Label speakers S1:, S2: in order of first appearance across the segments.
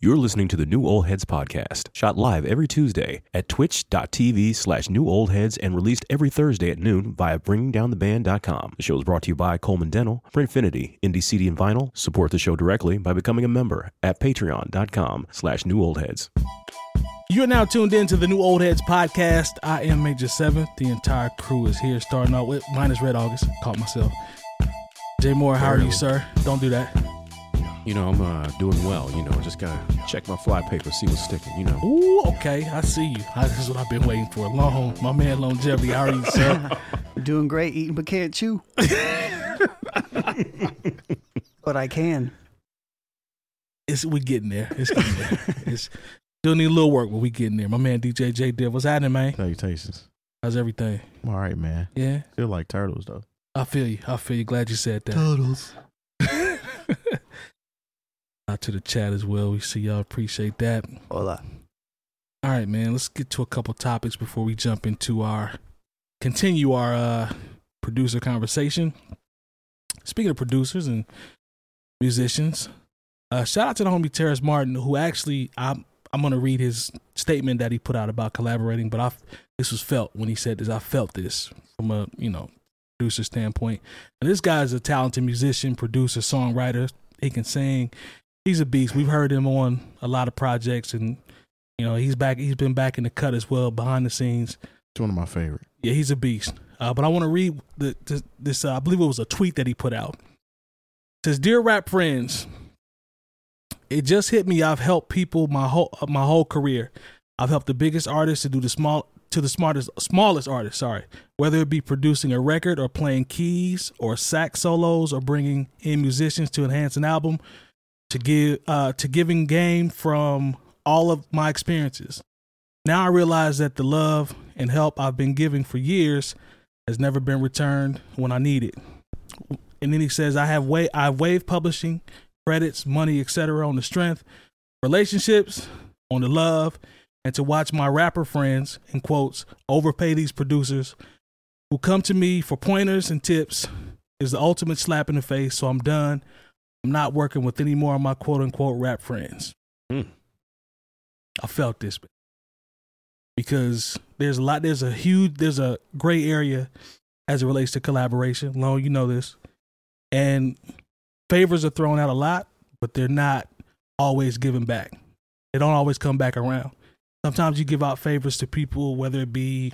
S1: You're listening to the New Old Heads podcast, shot live every Tuesday at twitch.tv slash new old heads and released every Thursday at noon via bringingdowntheband.com. The show is brought to you by Coleman Dental, Printfinity, Indie CD and Vinyl. Support the show directly by becoming a member at patreon.com slash new old heads.
S2: You're now tuned in to the new Old Heads podcast. I am Major Seventh. The entire crew is here, starting out with minus Red August. Caught myself. Jay Moore, how are you, sir? Don't do that.
S3: You know, I'm uh, doing well. You know, just gotta check my fly paper, see what's sticking. You know,
S2: Ooh, okay. I see you. I, this is what I've been waiting for. Long, my man, longevity. How are you, sir?
S4: Doing great, eating but can't chew. but I can.
S2: It's we getting there. It's getting there. It's still need a little work, but we getting there. My man, DJ J Div, what's happening, man?
S5: Salutations.
S2: How's everything?
S5: I'm all right, man.
S2: Yeah,
S5: Feel like turtles though.
S2: I feel you. I feel you. Glad you said that. Turtles. Out to the chat as well. We see y'all. Appreciate that.
S4: Hola.
S2: All right, man. Let's get to a couple topics before we jump into our continue our uh producer conversation. Speaking of producers and musicians, uh shout out to the homie Terrence Martin who actually I'm I'm gonna read his statement that he put out about collaborating, but I this was felt when he said this. I felt this from a you know producer standpoint. And this guy's a talented musician, producer, songwriter. He can sing. He's a beast. We've heard him on a lot of projects and you know, he's back. He's been back in the cut as well, behind the scenes.
S5: It's one of my favorite.
S2: Yeah, he's a beast. Uh, but I want to read the, this. this uh, I believe it was a tweet that he put out. It says, "Dear rap friends, it just hit me. I've helped people my whole uh, my whole career. I've helped the biggest artists to do the small to the smartest smallest artists. Sorry, whether it be producing a record or playing keys or sax solos or bringing in musicians to enhance an album, to give uh, to giving game from all of my experiences. Now I realize that the love and help I've been giving for years has never been returned when I need it. And then he says, I have wa- I waived publishing, credits, money, etc. on the strength, relationships, on the love, and to watch my rapper friends, in quotes, overpay these producers who come to me for pointers and tips is the ultimate slap in the face. So I'm done. I'm not working with any more of my quote unquote rap friends.
S3: Hmm.
S2: I felt this man. because there's a lot, there's a huge, there's a gray area as it relates to collaboration. Long, you know this, and favors are thrown out a lot, but they're not always given back. They don't always come back around. Sometimes you give out favors to people, whether it be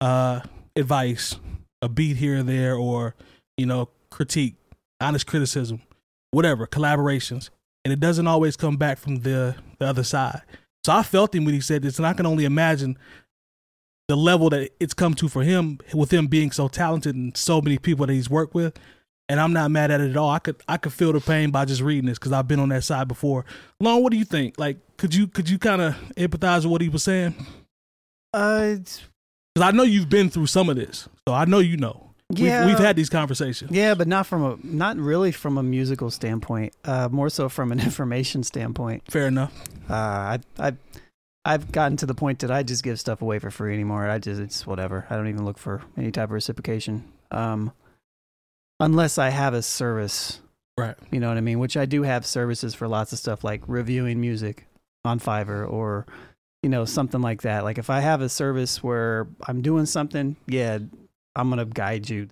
S2: uh, advice, a beat here and there, or you know, critique, honest criticism, whatever, collaborations, and it doesn't always come back from the the other side. So I felt him when he said this, and I can only imagine the level that it's come to for him with him being so talented and so many people that he's worked with. And I'm not mad at it at all. I could I could feel the pain by just reading this because I've been on that side before. Long, what do you think? Like, could you could you kind of empathize with what he was saying?
S4: Uh, it's-
S2: Because I know you've been through some of this, so I know you know.
S4: yeah,
S2: We've, we've had these conversations.
S4: yeah, but not from a not really from a musical standpoint. Uh, more so from an information standpoint.
S2: Fair enough.
S4: Uh, I I I've gotten to the point that I just give stuff away for free anymore. I just it's whatever. I don't even look for any type of reciprocation. Um, unless I have a service
S2: Right.
S4: You know what I mean? Which I do have services for lots of stuff like reviewing music on Fiverr or you know something like that. Like if I have a service where I'm doing something, yeah, I'm going to guide you.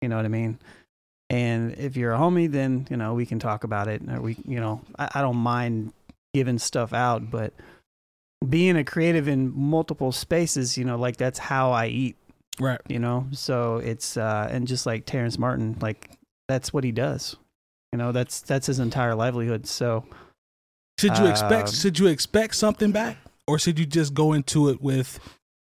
S4: You know what I mean? And if you're a homie, then you know we can talk about it. Or we, you know, I, I don't mind giving stuff out, but being a creative in multiple spaces, you know, like that's how I eat
S2: Right.
S4: you know so it's uh and just like terrence martin like that's what he does you know that's that's his entire livelihood so
S2: Should you expect
S4: Um,
S2: should you expect something back, or should you just go into it with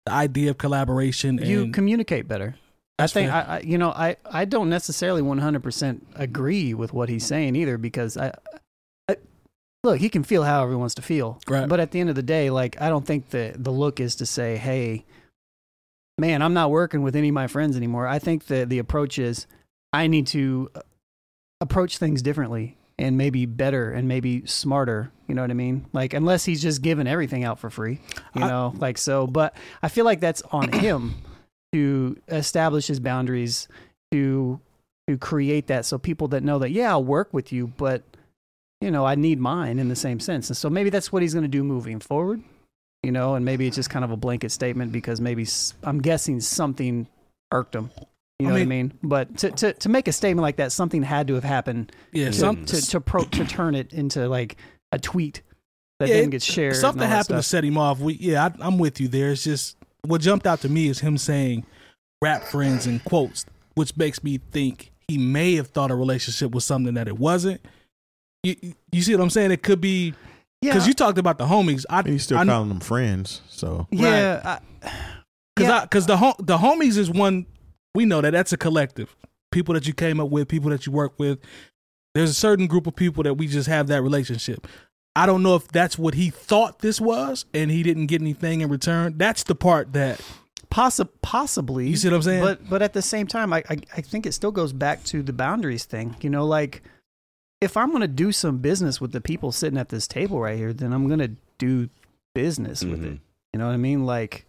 S2: the idea of collaboration? And
S4: you communicate better i
S2: That's
S4: think
S2: fair.
S4: I, I you know i i don't necessarily 100% agree with what he's saying either because i, I look he can feel however he wants to feel
S2: Right.
S4: but at the end of the day like i don't think the the look is to say hey man i'm not working with any of my friends anymore i think the the approach is i need to uh, approach things differently and maybe better and maybe smarter. You know what I mean? Like unless he's just giving everything out for free, you
S2: I-
S4: know, like so. But I feel like that's on him to establish his boundaries to to create that so people that know that yeah, I'll work with you, but you know, I need mine in the same sense. And so maybe that's what he's going to do moving forward, you know, and maybe it's just kind of a blanket statement because maybe s- I'm guessing something irked him. You
S2: I
S4: know what I mean? But to, to, to make a statement like that, something had to have happened
S2: Yeah,
S4: to,
S2: some,
S4: to, to, pro, to turn it into like a tweet that
S2: Yeah,
S4: then
S2: it-
S4: gets shared. and
S2: Something
S4: all that
S2: happened to
S4: stuff.
S2: set him off. We, yeah, I, I'm with you there. It's just what jumped out to me is him saying "rap friends" in quotes, which makes me think he may have thought a relationship was something that it wasn't. You, you see what I'm saying? It could be
S4: Yeah.
S2: because you talked about the homies. I
S5: And he's still
S2: I,
S5: calling them friends, so
S4: yeah. I-
S2: Because
S4: Yeah.
S2: because the hom- the homies is one we know that that's a collective. People that you came up with, people that you work with. There's a certain group of people that we just have that relationship. I don't know if that's what he thought this was, and he didn't get anything in return. That's the part that
S4: Possi- possibly.
S2: You see what I'm saying?
S4: But but at the same time, I, I I think it still goes back to the boundaries thing. You know, like if I'm gonna do some business with the people sitting at this table right here, then I'm gonna do business with it. You know what I mean? Like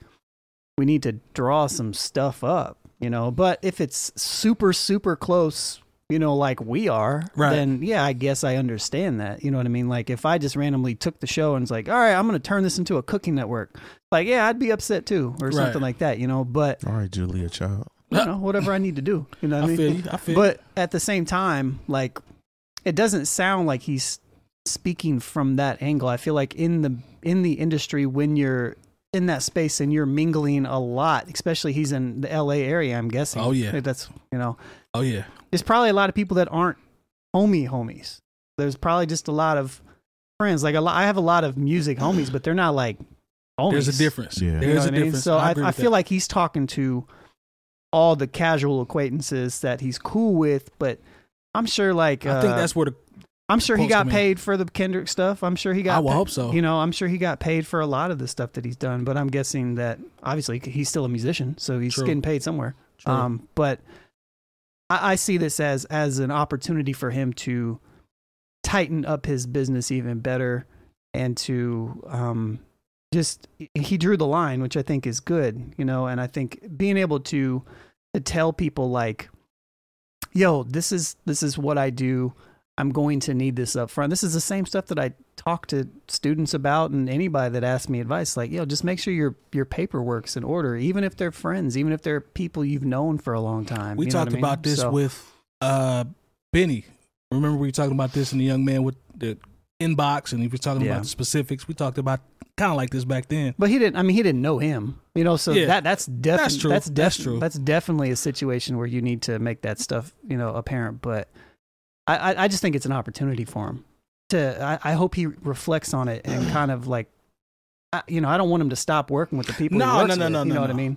S4: we need to draw some stuff up. You know, but if it's super super close. You know, like we are,
S2: Right.
S4: then yeah, I guess I understand that. You know what I mean? Like, if I just randomly took the show and was like, all right, I'm going to turn this into a cooking network, like, yeah, I'd be upset too, or
S2: Right.
S4: something like that, you know. But
S5: all right, Julia Child.
S4: you know, whatever I need to do, you know what I,
S2: I
S4: mean.
S2: feel you. I feel you.
S4: But at the same time, like, it doesn't sound like he's speaking from that angle. I feel like in the in the industry, when you're in that space and you're mingling a lot, especially he's in the L.A. area, I'm guessing.
S2: Oh, yeah.
S4: that's you know,
S2: oh yeah,
S4: there's probably a lot of people that aren't homie homies. There's probably just a lot of friends. Like a lot, I have a lot of music homies, but they're not like homies.
S2: there's a difference.
S5: Yeah. You know
S4: You know
S2: There's
S4: what
S2: a
S4: I mean?
S2: difference.
S4: So I,
S2: agree
S4: I
S2: with
S4: feel
S2: that.
S4: like he's talking to all the casual acquaintances that he's cool with, but I'm sure like
S2: I think
S4: uh,
S2: that's where the
S4: I'm sure he
S2: supposed to
S4: got
S2: mean.
S4: paid for the Kendrick stuff. I'm sure he got
S2: I will
S4: pa-
S2: hope so.
S4: You know, I'm sure he got paid for a lot of the stuff that he's done, but I'm guessing that obviously he's still a musician, so he's
S2: True.
S4: getting paid somewhere.
S2: True.
S4: Um, but I, I see this as as an opportunity for him to tighten up his business even better and to um, just he drew the line, which I think is good, you know. And I think being able to to tell people like, "Yo, this is this is what I do. I'm going to need this up front." This is the same stuff that I talk to students about and anybody that asks me advice like yo just make sure your your paperwork's in order even if they're friends even if they're people you've known for a long time
S2: we
S4: you know what
S2: talked
S4: I mean?
S2: about this
S4: So-
S2: with uh, Benny. Remember we were talking about this in the young man with the inbox, and he was talking
S4: Yeah.
S2: about the specifics. We talked about kind of like this back then.
S4: but he didn't i mean he didn't know him you know so
S2: Yeah.
S4: that that's definitely
S2: That's true.
S4: that's,
S2: That's
S4: def-
S2: true.
S4: that's definitely a situation where you need to make that stuff you know apparent but i i, I just think it's an opportunity for him to I, I hope he reflects on it and kind of like I, you know i don't want him to stop working with the people
S2: No,
S4: he
S2: no,
S4: works
S2: no,
S4: with,
S2: no,
S4: you
S2: no,
S4: know what i
S2: no.
S4: mean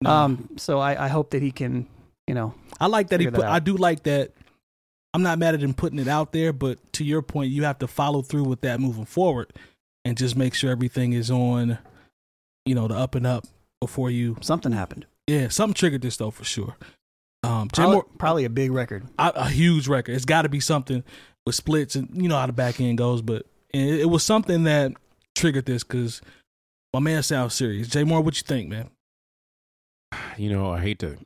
S2: No.
S4: um so I, I hope that he can you know
S2: I like that he
S4: Figure
S2: put.
S4: that out.
S2: I do like that. I'm not mad at him putting it out there, but to your point, you have to follow through with that moving forward, and just make sure everything is on, you know, the up and up before you.
S4: something happened
S2: Yeah, something triggered this though for sure. Um, Jay
S4: Probably,
S2: Moore-
S4: probably a big record.
S2: I- a huge record. It's got to be something with splits and you know how the back end goes. But and it, it was something that triggered this because my man sounds serious. Jay Moore, what you think, man?
S3: You know, I hate to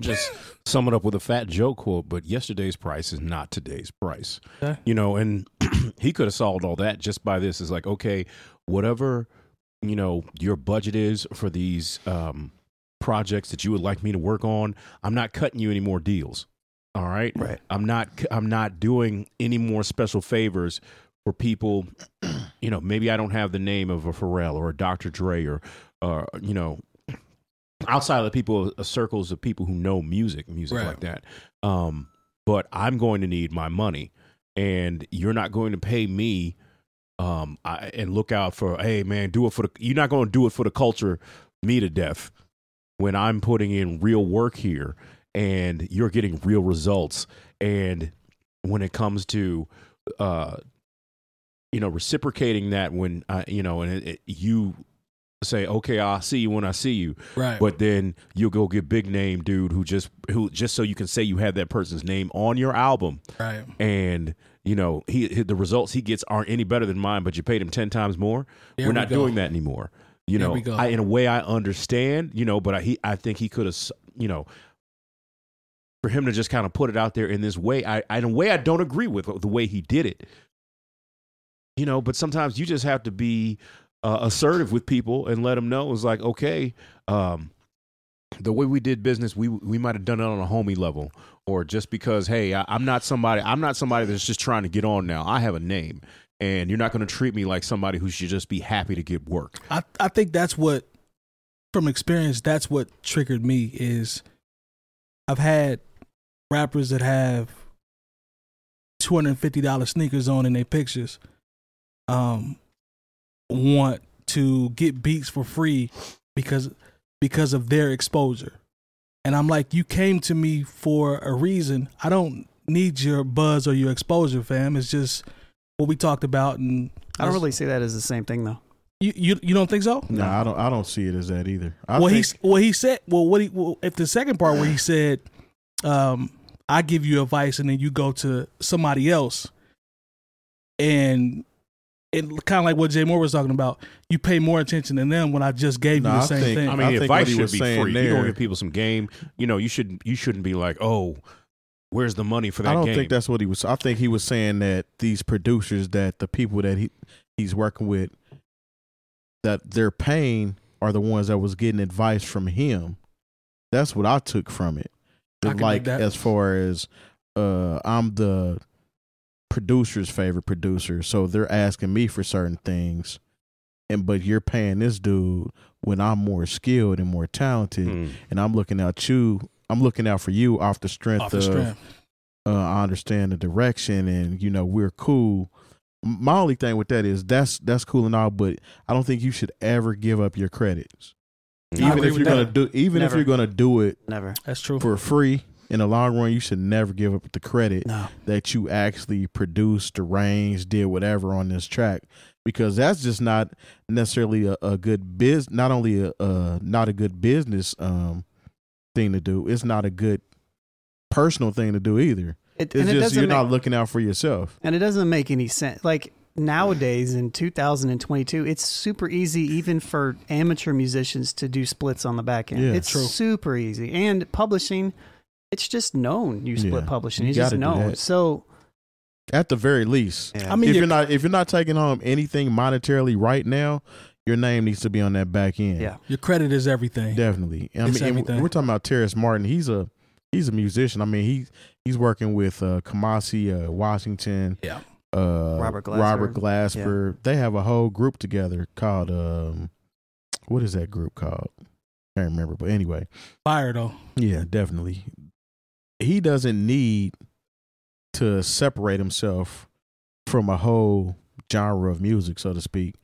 S3: just sum it up with a Fat Joe quote, but yesterday's price is not today's price.
S2: Okay.
S3: You know, and he could have solved all that just by this. Is like, okay, whatever you know your budget is for these um, projects that you would like me to work on, I'm not cutting you any more deals. All right,
S5: Right.
S3: I'm not. I'm not doing any more special favors for people. You know, maybe I don't have the name of a Pharrell or a Dr. Dre or, uh, you know, outside of the people uh, circles of people who know music, music
S2: Right.
S3: like that. Um, but I'm going to need my money, and you're not going to pay me. Um, I, and look out for hey man, do it for the. You're not going to do it for the culture, me to death, when I'm putting in real work here, and you're getting real results. And when it comes to, uh, you know, reciprocating that when I, you know, and it, it, you say, okay, I'll see you when I see you
S2: Right.
S3: but then you'll go get big name dude who just who just so you can say you have that person's name on your album
S2: right.
S3: and you know he, he- the results he gets aren't any better than mine but you paid him 10 times more
S2: There
S3: we're
S2: we
S3: not
S2: go.
S3: doing that anymore you
S2: There
S3: know
S2: we go.
S3: I, in a way i understand you know but I, he, I think he could have you know for him to just kind of put it out there in this way i, I in a way i don't agree with the way he did it you know, but sometimes you just have to be uh, assertive with people and let them know it's like, okay, um, the way we did business, we we might have done it on a homie level, or just because, hey, I, I'm not somebody, I'm not somebody that's just trying to get on now. I have a name, and you're not going to treat me like somebody who should just be happy to get work.
S2: I, I think that's what from experience that's what triggered me is I've had rappers that have two hundred and fifty dollar sneakers on in their pictures um want to get beats for free because because of their exposure. And I'm like, you came to me for a reason. I don't need your buzz or your exposure, fam. It's just what we talked about and
S4: I don't really see that as the same thing though.
S2: you you, you don't think so?
S5: No, I don't. I don't see it as that either. I
S2: well,
S5: think,
S2: he's well. He said, "Well, what he well, if the second part where he said, um, I give you advice and then you go to somebody else, and and kind of like what Jay Moore was talking about, you pay more attention than them when I just gave
S5: No,
S2: you the
S5: I
S2: same
S5: think-
S2: thing."
S3: I
S5: I
S3: mean,
S5: think
S3: advice
S5: what he
S3: should
S5: was
S3: be
S5: saying
S3: free. You're going
S5: there-
S3: to give people some game. You know, you should you shouldn't be like, oh, where's the money for that?
S5: I don't
S3: game?
S5: think that's what he was. I think he was saying that these producers, that the people that he he's working with, that their pain are the ones that was getting advice from him. That's what I took from it.
S2: I can
S5: like
S2: dig that.
S5: as far as uh, I'm the producer's favorite producer, so they're asking me for certain things, and but you're paying this dude when I'm more skilled and more talented,
S3: Mm.
S5: and I'm looking out you. I'm looking out for you off the strength
S2: Off the
S5: of
S2: strength.
S5: uh, I understand the direction and you know we're cool. M- My only thing with that is that's that's cool and all, but I don't think you should ever give up your credits.
S3: I
S5: Even
S2: agree
S5: if
S2: with
S5: you're gonna
S2: that.
S5: do even
S4: Never.
S5: if you're gonna do it
S4: Never.
S2: That's true.
S5: for free in the long run, you should never give up the credit
S4: No.
S5: that you actually produced, arranged, did whatever on this track because that's just not necessarily a, a good biz. Not only a, a not a good business um thing to do, it's not a good personal thing to do either. It's
S4: It, and it
S5: just
S4: doesn't
S5: you're
S4: make,
S5: not looking out for yourself.
S4: and it doesn't make any sense. Like nowadays in 2022, it's super easy even for amateur musicians to do splits on the back end.
S5: Yeah.
S4: it's
S2: True.
S4: super easy. And publishing, it's just known. You split
S5: Yeah.
S4: publishing.
S5: You
S4: It's just
S5: gotta do
S4: known.
S5: that.
S4: So
S5: At the very least,
S4: yeah.
S2: I mean,
S5: if
S2: your-
S5: you're not if you're not taking home anything monetarily right now, your name needs to be on that back end.
S4: Yeah.
S2: Your credit is everything.
S5: definitely. And I
S2: It's
S5: mean, and
S2: everything.
S5: we're talking about Terrence Martin. He's a he's a musician. I mean, he he's working with uh, Kamasi uh, Washington.
S2: Yeah.
S5: Uh,
S4: Robert Glasper.
S5: Robert Glasper. They have a whole group together called um, what is that group called? I can't remember. But anyway,
S2: Fire though.
S5: Yeah, definitely. He doesn't need to separate himself from a whole genre of music, so to speak.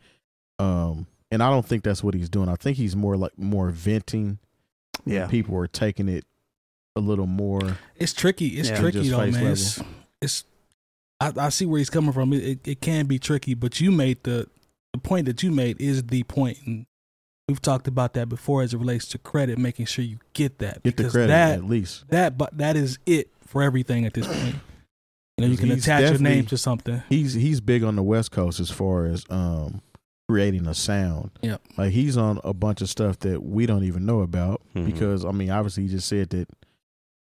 S5: Um, and I don't think that's what he's doing. I think he's more like more venting.
S4: yeah.
S5: People are taking it a little more.
S2: It's tricky. It's
S4: Yeah.
S2: tricky
S5: Just
S2: though,
S5: face
S2: man. It's, it's I, I see where he's coming from. It, it, it can be tricky, but you made the the point that you made is the point, and we've talked about that before as it relates to credit, making sure you get that
S5: Get the
S2: because
S5: credit
S2: that
S5: at least.
S2: that but that is it for everything at this point. You know, you can
S5: He's
S2: attach your name
S5: definitely-
S2: to something.
S5: He's he's big on the West Coast as far as um creating a sound.
S2: Yep.
S5: Like he's on a bunch of stuff that we don't even know about
S3: Mhm.
S5: because I mean obviously he just said that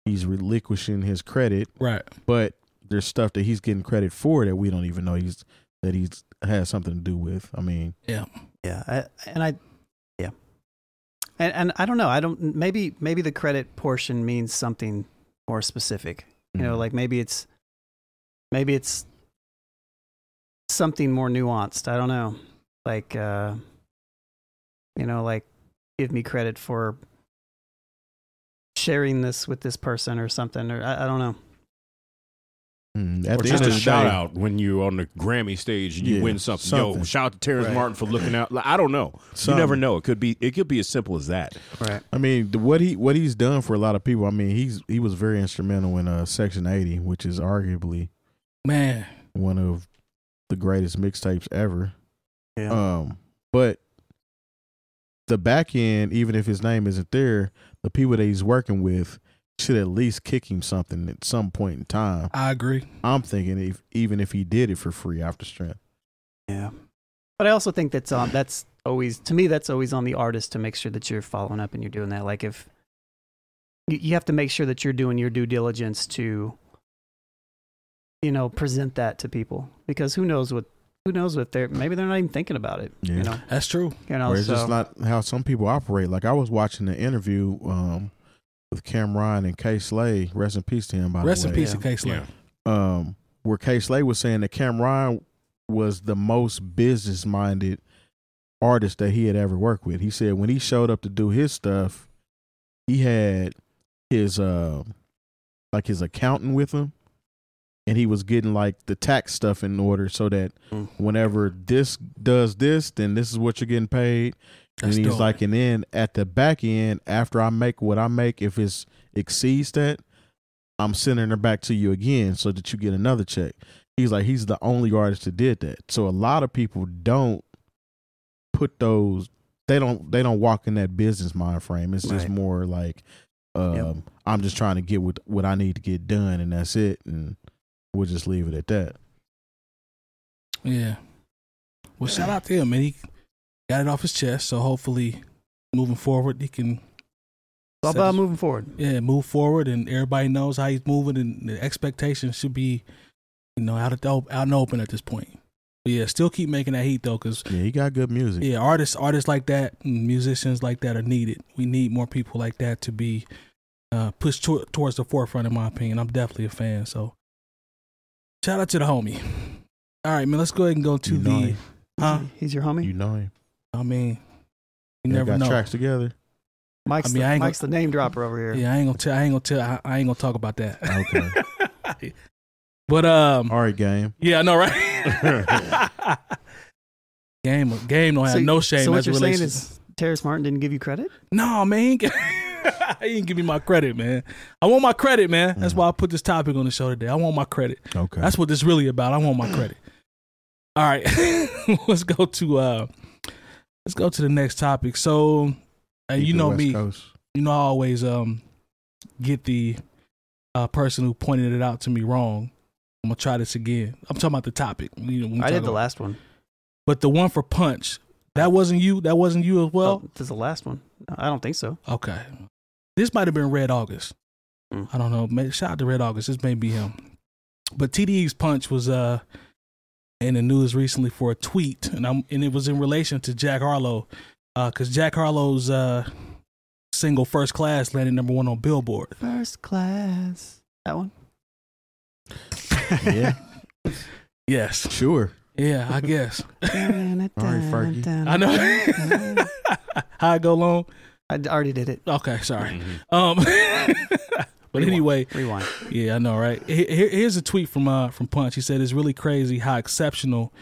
S5: he's relinquishing his credit
S2: Right.
S5: but there's stuff that he's getting credit for that we don't even know he's that he's has something to do with. I mean,
S4: Yeah, I, and I, yeah, and and I don't know. I don't. Maybe maybe the credit portion means something more specific. You
S5: Mm-hmm. mm,
S4: know, like maybe it's maybe it's something more nuanced. I don't know. Like, uh, you know, like give me credit for sharing this with this person or something. Or I, I don't know.
S5: mm, at
S3: Or
S5: the
S3: just
S5: end
S3: a
S5: of the
S3: shout
S5: day,
S3: out when you're on the Grammy stage and you
S5: Yeah,
S3: win something. Yo,
S5: something.
S3: shout out to Terrence
S5: Right.
S3: Martin for looking out. Like, I don't know.
S5: some-
S3: You never know. It could be it could be as simple as that.
S4: Right.
S5: I mean, the, what he what he's done for a lot of people. I mean, he's he was very instrumental in uh, Section 80, which is arguably
S2: Man.
S5: one of the greatest mixtapes ever.
S4: Yeah.
S5: Um, but the back end, even if his name isn't there, the people that he's working with should at least kick him something at some point in time.
S2: I agree.
S5: I'm thinking if even if he did it for free after strength.
S4: Yeah. But I also think that's on that's always to me that's always on the artist to make sure that you're following up and you're doing that. Like if you- you have to make sure that you're doing your due diligence to you know present that to people because who knows what who knows what they're maybe they're not even thinking about it.
S5: Yeah.
S4: You know,
S2: That's true.
S4: you know.
S5: Or it's
S4: so,
S5: just not how some people operate. Like I was watching an interview um, with Cameron and K. Slay. Rest in peace to him. By
S2: Rest
S5: the
S2: in
S5: way.
S2: peace,
S4: Yeah.
S2: K. Slay.
S3: Yeah.
S5: um, where K Slay was saying that Cameron was the most business minded artist that he had ever worked with. He said when he showed up to do his stuff, he had his uh, like his accountant with him, and he was getting like the tax stuff in order so that
S2: Mm.
S5: whenever this does this, then this is what you're getting paid.
S2: That's
S5: and he's
S2: dope.
S5: like, and then at the back end, after I make what I make, if it's exceeds that, I'm sending her back to you again so that you get another check. He's like, he's the only artist that did that. So a lot of people don't put those. They don't. They don't walk in that business mind frame. It's just
S4: Right.
S5: more like, um,
S4: Yep.
S5: I'm just trying to get what what I need to get done, and that's it. And we'll just leave it at that.
S2: Yeah. Well, shout out to him, man. He got it off his chest, so hopefully, moving forward, he can
S4: it's all about moving forward.
S2: yeah move forward, and everybody knows how he's moving, and the expectations should be, you know, out of the, op- out in the open at this point. But yeah, still keep making that heat though, because
S5: Yeah, he got good music.
S2: yeah, artists artists like that, and musicians like that are needed. We need more people like that to be uh, pushed to- towards the forefront, in my opinion. I'm definitely a fan, so shout out to the homie. All right, man, let's go ahead and go to
S5: You know
S2: the
S5: him.
S2: huh.
S4: He's your homie.
S5: You know him.
S2: I mean, you
S5: They
S2: never
S5: got
S2: know.
S5: tracks together.
S4: Mike's
S2: I mean,
S4: the,
S2: I ain't
S4: Mike's the name dropper over here.
S2: Yeah, I ain't gonna tell. I ain't gonna tell. I, I ain't gonna talk about that.
S5: Okay.
S2: But um,
S5: All right, game.
S2: yeah, I know, right? game, game don't have
S4: So-
S2: no shame
S4: So what
S2: as a
S4: you're saying
S2: relationship.
S4: is Terrace Martin didn't give you credit?
S2: No, man, he ain't, g- he ain't give me my credit, man. I want my credit, man.
S4: Mm-hmm.
S2: That's why I put this topic on the show today. I want my credit.
S5: Okay.
S2: That's what this really about. I want my credit. All right, let's go to uh, let's go to the next topic. So, and
S5: Keep
S2: you
S5: it
S2: know
S5: West
S2: me.
S5: Coast.
S2: you know, I always um get the uh, person who pointed it out to me wrong. I'm gonna try this again. I'm talking about the topic. You know, when we
S4: I
S2: talk
S4: did the
S2: about-
S4: last one.
S2: but the one for punch that wasn't you. That wasn't you as well.
S4: oh, this is the last one. I don't think so.
S2: Okay, this might have been Red August.
S4: Mm.
S2: I don't know. May shout out to Red August. This may be him. But TDE's punch was uh in the news recently for a tweet, and I'm and it was in relation to Jack Harlow, because Jack Harlow's uh single First Class landed number one on Billboard.
S4: First class. That one.
S5: Yeah,
S2: Yes.
S5: sure.
S2: Yeah, I guess.
S5: Fergie.
S2: I know. How I go long?
S4: I d- already did it.
S2: Okay, sorry.
S3: Mm-hmm.
S2: Um, but anyway,
S4: Rewind.
S2: yeah, I know, right? Here- here- here's a tweet from uh from Punch. He said, "It's really crazy how exceptional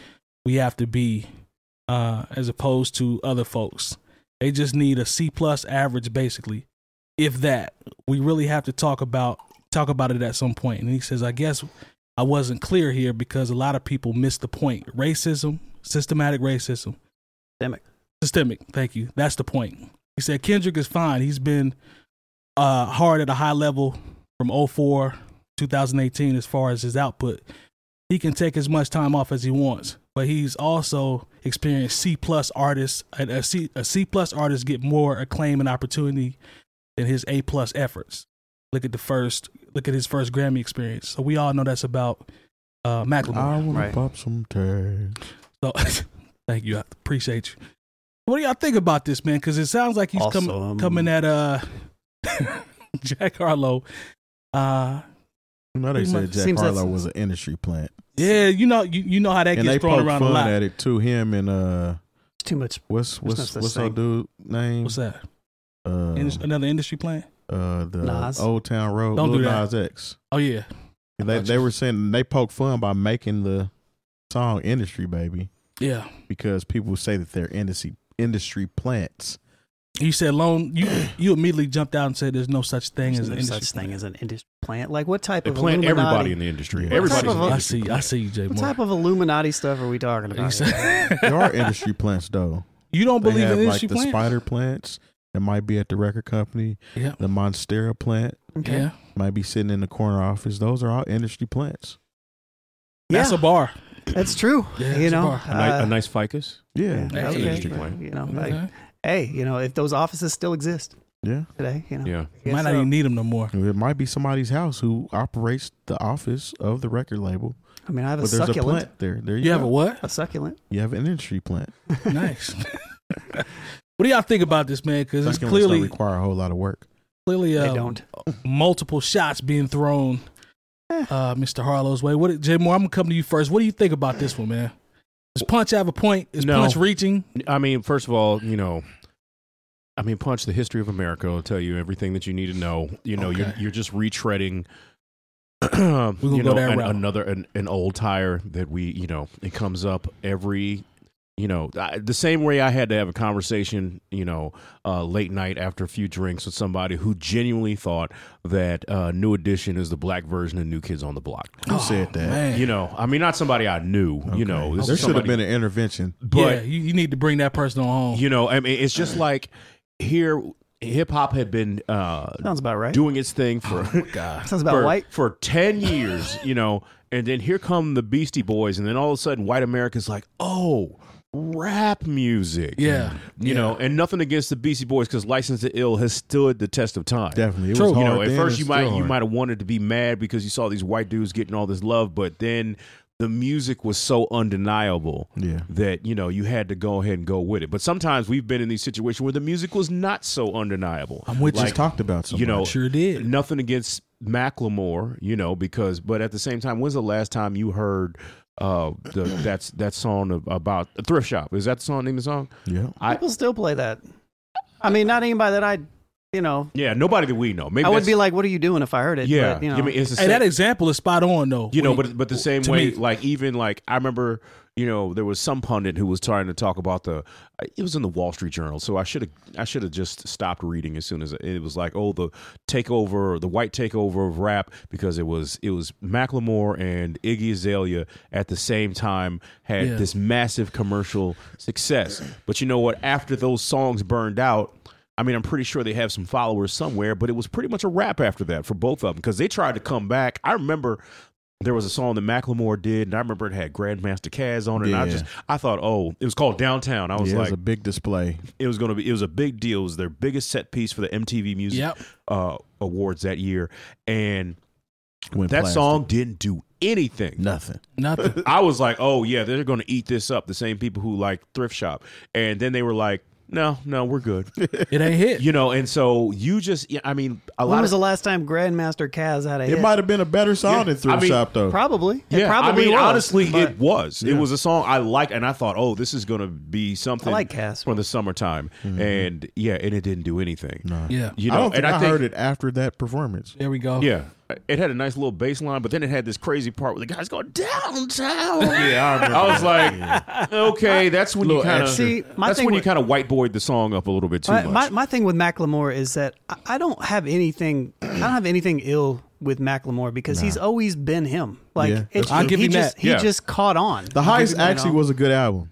S2: we have to be, uh, as opposed to other folks. They just need a C plus average, basically. If that, we really have to talk about talk about it at some point." And he says, "I guess I wasn't clear here because a lot of people miss the point. Racism, systematic racism,
S4: Systemic.
S2: systemic. Thank you. That's the point." He said, "Kendrick is fine. He's been." uh, hard at a high level from 04 2018 as far as his output. He can take as much time off as he wants, but he's also experienced C plus artists. and A C a C plus artist get more acclaim and opportunity than his A plus efforts. Look at the first look at his first Grammy experience. So we all know that's about uh, Macklemore.
S5: I want
S4: Right.
S5: to pop some tags.
S2: So thank you, I appreciate you. What do y'all think about this, man? Because it sounds like he's coming
S4: Awesome.
S2: coming at uh Jack Harlow. Uh
S5: You know they
S2: Pretty
S5: said
S2: much.
S5: Jack
S4: Seems that's-
S5: Harlow was an industry plant,
S2: yeah, you know you, you know how that
S5: and they
S2: gets thrown
S5: poked
S2: around
S5: fun
S2: a lot.
S5: at it too. Him and uh,
S4: It's too much.
S5: what's
S4: There's no
S5: what's
S4: such
S5: what's that
S4: thing.
S5: dude name?
S2: What's that?
S5: Uh,
S2: Indus- another industry plan?
S5: uh, the
S4: Nas.
S5: Old Town Road.
S2: Don't
S5: Lil
S2: do that.
S5: Nas X.
S2: Oh yeah. I
S5: They
S2: got
S5: they
S2: you.
S5: were saying they poked fun by making the song industry baby
S2: Yeah.
S5: because people say that they're industry industry plants.
S2: You said loan you you immediately jumped out and said there's no such thing as
S4: There's
S2: an
S4: no
S2: industry
S4: such
S2: plan.
S4: thing as an industry plant. Like what type
S3: They
S4: of
S3: plant
S4: Illuminati-
S3: everybody in the industry.
S5: What
S3: Everybody's
S4: type
S3: an
S4: of-
S2: I
S3: industry
S2: see I
S3: plant.
S2: see you, Jay
S4: What
S2: Moore.
S4: type of Illuminati stuff are we talking
S2: You
S4: about? here?
S2: said-
S5: There are industry plants though.
S2: You don't
S5: They
S2: believe
S5: have
S2: in
S5: like
S2: industry
S5: the
S2: plans?
S5: spider plants that might be at the record company,
S2: yeah.
S5: the Monstera plant.
S4: Okay.
S2: Yeah.
S5: might be sitting in the corner office. Those are all industry plants.
S2: That's a bar.
S4: That's true.
S2: Yeah, it's
S4: you
S2: a
S4: know,
S2: bar.
S3: A, ni- a
S4: uh,
S3: nice ficus.
S5: Yeah.
S2: That's an
S4: okay,
S3: industry plan.
S4: You know, like,
S2: Okay.
S4: hey, you know, if those offices still exist,
S5: Yeah.
S4: today. You know,
S3: Yeah.
S4: I guess
S2: Might not
S4: so.
S2: even need them no more.
S5: It might be somebody's house who operates the office of the record label.
S4: I mean, I have a
S5: But there's a
S4: succulent.
S5: plant there. There you,
S2: You have
S5: go.
S2: a what?
S4: A, succulent.
S5: you have an industry plant.
S2: nice. what do y'all think about this, man? Because it's
S5: Succulents don't
S2: clearly,
S5: require a whole lot of work.
S2: clearly,
S4: They
S2: uh,
S4: don't.
S2: multiple shots being thrown,
S4: Eh.
S2: uh, Mr. Harlow's way. What, Jay Moore? I'm gonna come to you first. What do you think about this one, man? Is Punch have a point? Is
S3: No.
S2: Punch reaching?
S3: I mean, first of all, you know, I mean, Punch the History of America will tell you everything that you need to know. You know, you're
S2: Okay.
S3: you're just retreading. you
S2: go
S3: know,
S2: that
S3: an-
S2: route.
S3: another an, an old tire that we, you know, it comes up every, you know, I, the same way I had to have a conversation, you know, uh, late night after a few drinks with somebody who genuinely thought that uh, New Edition is the black version of New Kids on the Block.
S5: Who said that?
S2: Man.
S3: You know, I mean, not somebody I knew. You know, this
S5: there
S3: is
S5: should have
S3: somebody-
S5: been an intervention.
S3: but
S2: yeah, you, you need to bring that person on home.
S3: you know, I mean, it's just like here, hip hop had been uh,
S4: Sounds about right.
S3: doing its thing
S5: Oh,
S3: for
S4: Sounds about
S3: for,
S4: white.
S3: for ten years, you know, and then here come the Beastie Boys, and then all of a sudden, white America's like, oh, rap music,
S2: Yeah.
S3: you know, and nothing against the Beastie Boys because "License to Ill" has stood the test of time.
S5: Definitely. It
S2: True.
S5: was
S3: You
S5: hard
S3: know, at
S5: then,
S3: first
S5: it's
S3: you
S5: still
S3: might you
S5: hard.
S3: might have wanted to be mad because you saw these white dudes getting all this love, but then the music was so undeniable
S5: Yeah.
S3: that you know you had to go ahead and go with it. But sometimes we've been in these situations where the music was not so undeniable.
S2: I'm with
S5: Just
S2: you.
S5: talked about so
S3: you know,
S5: much.
S2: Sure did.
S3: Nothing against Macklemore, you know, because but at the same time, when's the last time you heard uh the that's that song of, about thrift shop? Is that the song name of the song?
S5: Yeah.
S3: I-
S4: People still play that. I mean, not anybody that I, you know,
S3: Yeah, nobody that we know. Maybe
S4: I would
S3: that's-
S4: be like, "What are you doing?" If I heard it,
S3: yeah.
S4: but, you know,
S3: I mean, it's the
S2: Hey,
S3: same-
S2: that example is spot on though.
S3: you know,
S2: When-
S3: but but the same
S2: to
S3: way,
S2: me-
S3: like even like I remember, you know, there was some pundit who was trying to talk about the. It was in the Wall Street Journal, so I should have I should have just stopped reading as soon as it was like, oh, the takeover, the white takeover of rap, because it was it was Macklemore and Iggy Azalea at the same time had
S2: Yeah.
S3: this massive commercial success. But you know what? After those songs burned out. I mean, I'm pretty sure they have some followers somewhere, but it was pretty much a wrap after that for both of them because they tried to come back. I remember there was a song that Macklemore did, and I remember it had Grandmaster Caz on it. And I
S5: Yeah.
S3: just, I thought, oh, it was called Downtown. I was
S5: yeah, it
S3: like,
S5: was a big display.
S3: it was going to be, it was a big deal. It was their biggest set piece for the MTV Music
S2: Yep.
S3: uh, Awards that year, and
S5: Went
S3: that
S5: plastic.
S3: song didn't do anything.
S5: Nothing.
S2: nothing.
S3: I was like, oh yeah, they're going to eat this up. The same people who like thrift shop, and then they were like, no, no, we're good.
S2: It ain't hit.
S3: you know, and so you just, yeah, I mean, a
S4: when
S3: lot
S4: was
S3: of.
S4: the last time Grandmaster Caz had a
S5: It
S4: hit?
S5: might have been a better song
S3: Yeah,
S5: than Thrift
S3: I mean,
S5: Shop though.
S4: probably. It
S3: yeah,
S4: probably
S3: I mean,
S4: was,
S3: honestly,
S4: but
S3: it was. It was a song I liked, and I thought, oh, this is going to be something
S4: I like Cass.
S3: for the summertime, and yeah, and it didn't do anything.
S5: yeah.
S3: You
S5: I
S3: know,
S5: don't think
S3: and
S5: I,
S3: I think-
S5: heard it after that performance.
S2: There we go.
S3: Yeah, it had a nice little bass line, but then it had this crazy part where the guy's going downtown.
S5: Yeah, I,
S3: I was like, okay, that's when you
S5: Little
S3: kind of
S4: extra. See, my
S3: that's
S4: thing
S3: when you
S4: with-
S3: kind of whiteboard the song up a little bit too
S4: My,
S3: much.
S4: my, my thing with Macklemore is that I, I don't have anything. I don't have anything ill with Macklemore because he's always been him. Like
S5: Yeah,
S4: it,
S2: I'll
S4: he,
S2: give
S4: he
S2: him
S4: just
S2: that.
S4: he
S3: Yeah.
S4: just caught on.
S5: The Heist actually was a good album.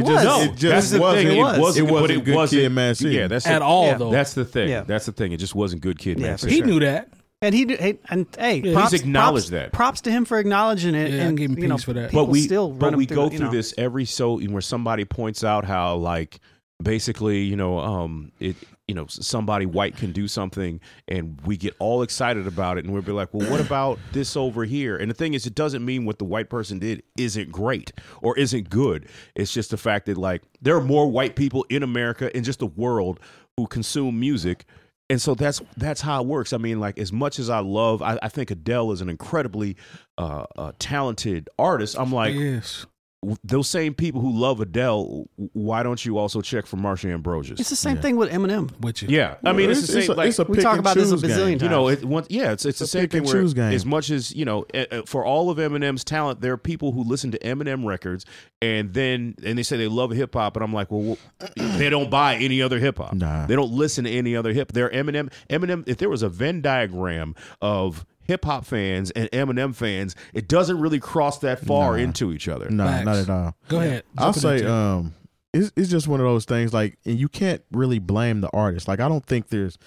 S5: it
S4: was.
S5: just- No,
S4: it
S5: it just
S3: that's the
S5: wasn't-
S3: thing.
S4: it was.
S3: wasn't.
S5: It wasn't
S3: but it
S5: Good
S3: wasn't.
S5: Kid, Mad City.
S3: Yeah, that's
S2: At
S3: the,
S2: all
S4: Yeah.
S2: though.
S3: That's the thing.
S4: Yeah.
S3: That's the thing. It just wasn't good kid.
S4: Yeah,
S3: Man
S4: for
S3: City.
S2: he
S4: sure.
S2: knew that.
S4: and he did, he- and hey,
S2: Yeah.
S4: props,
S3: He's acknowledged
S4: props-
S3: that.
S4: Props to him for acknowledging it.
S2: Yeah,
S4: and
S2: give him
S4: you know,
S2: peace for that.
S4: people
S3: but we
S4: still run
S3: but
S4: him
S3: we
S4: through,
S3: go
S4: you
S3: through
S4: know.
S3: this every so where somebody points out how like basically you know um it you know s- somebody white can do something and we get all excited about it and we'll be like well what about this over here and the thing is it doesn't mean what the white person did isn't great or isn't good it's just the fact that like there are more white people in america and just the world who consume music and so that's that's how it works. I mean, like as much as I love, I, I think Adele is an incredibly uh, uh, talented artist. I'm like,
S2: yes.
S3: w- those same people who love Adele, w- why don't you also check for Marsha Ambrosius?
S4: It's the same thing with Eminem.
S2: With you.
S3: yeah, I mean, it's, the same.
S5: a,
S3: like,
S5: it's a
S4: We
S5: pick
S4: talk
S5: and
S4: about this a
S5: choose game.
S4: bazillion times.
S3: you know, it, once, yeah, it's it's the
S5: It's a
S3: same
S5: pick
S3: thing
S5: and
S3: where
S5: choose game.
S3: as much as you know, uh, uh, for all of Eminem's talent, there are people who listen to Eminem records and then and they say they love hip hop, and I'm like, well, wh- they don't buy any other hip hop.
S5: Nah.
S3: They don't listen to any other hip. They're Eminem. Eminem. If there was a Venn diagram of hip hop fans and Eminem fans, it doesn't really cross that far into each other.
S5: No,
S2: Facts.
S5: not at all.
S2: Go ahead.
S5: I'll
S2: Jump in
S5: say
S2: there, Jay.
S5: um it's it's just one of those things like and you can't really blame the artist. Like I don't think there's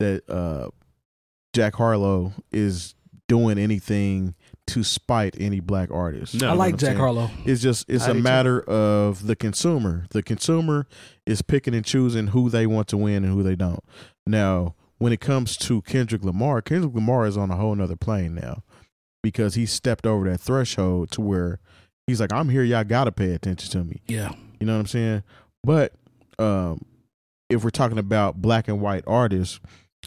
S5: that uh Jack Harlow is doing anything to spite any black artist.
S3: No.
S2: I
S5: You know what
S2: like
S5: I'm
S2: Jack
S5: saying?
S2: Harlow.
S5: It's just it's
S4: I
S5: a
S4: do too.
S5: matter of the consumer. The consumer is picking and choosing who they want to win and who they don't. Now, when it comes to Kendrick Lamar, Kendrick Lamar is on a whole nother plane now because he stepped over that threshold to where he's like, I'm here, y'all gotta pay attention to me.
S2: Yeah,
S5: You know what I'm saying? But um, if we're talking about black and white artists,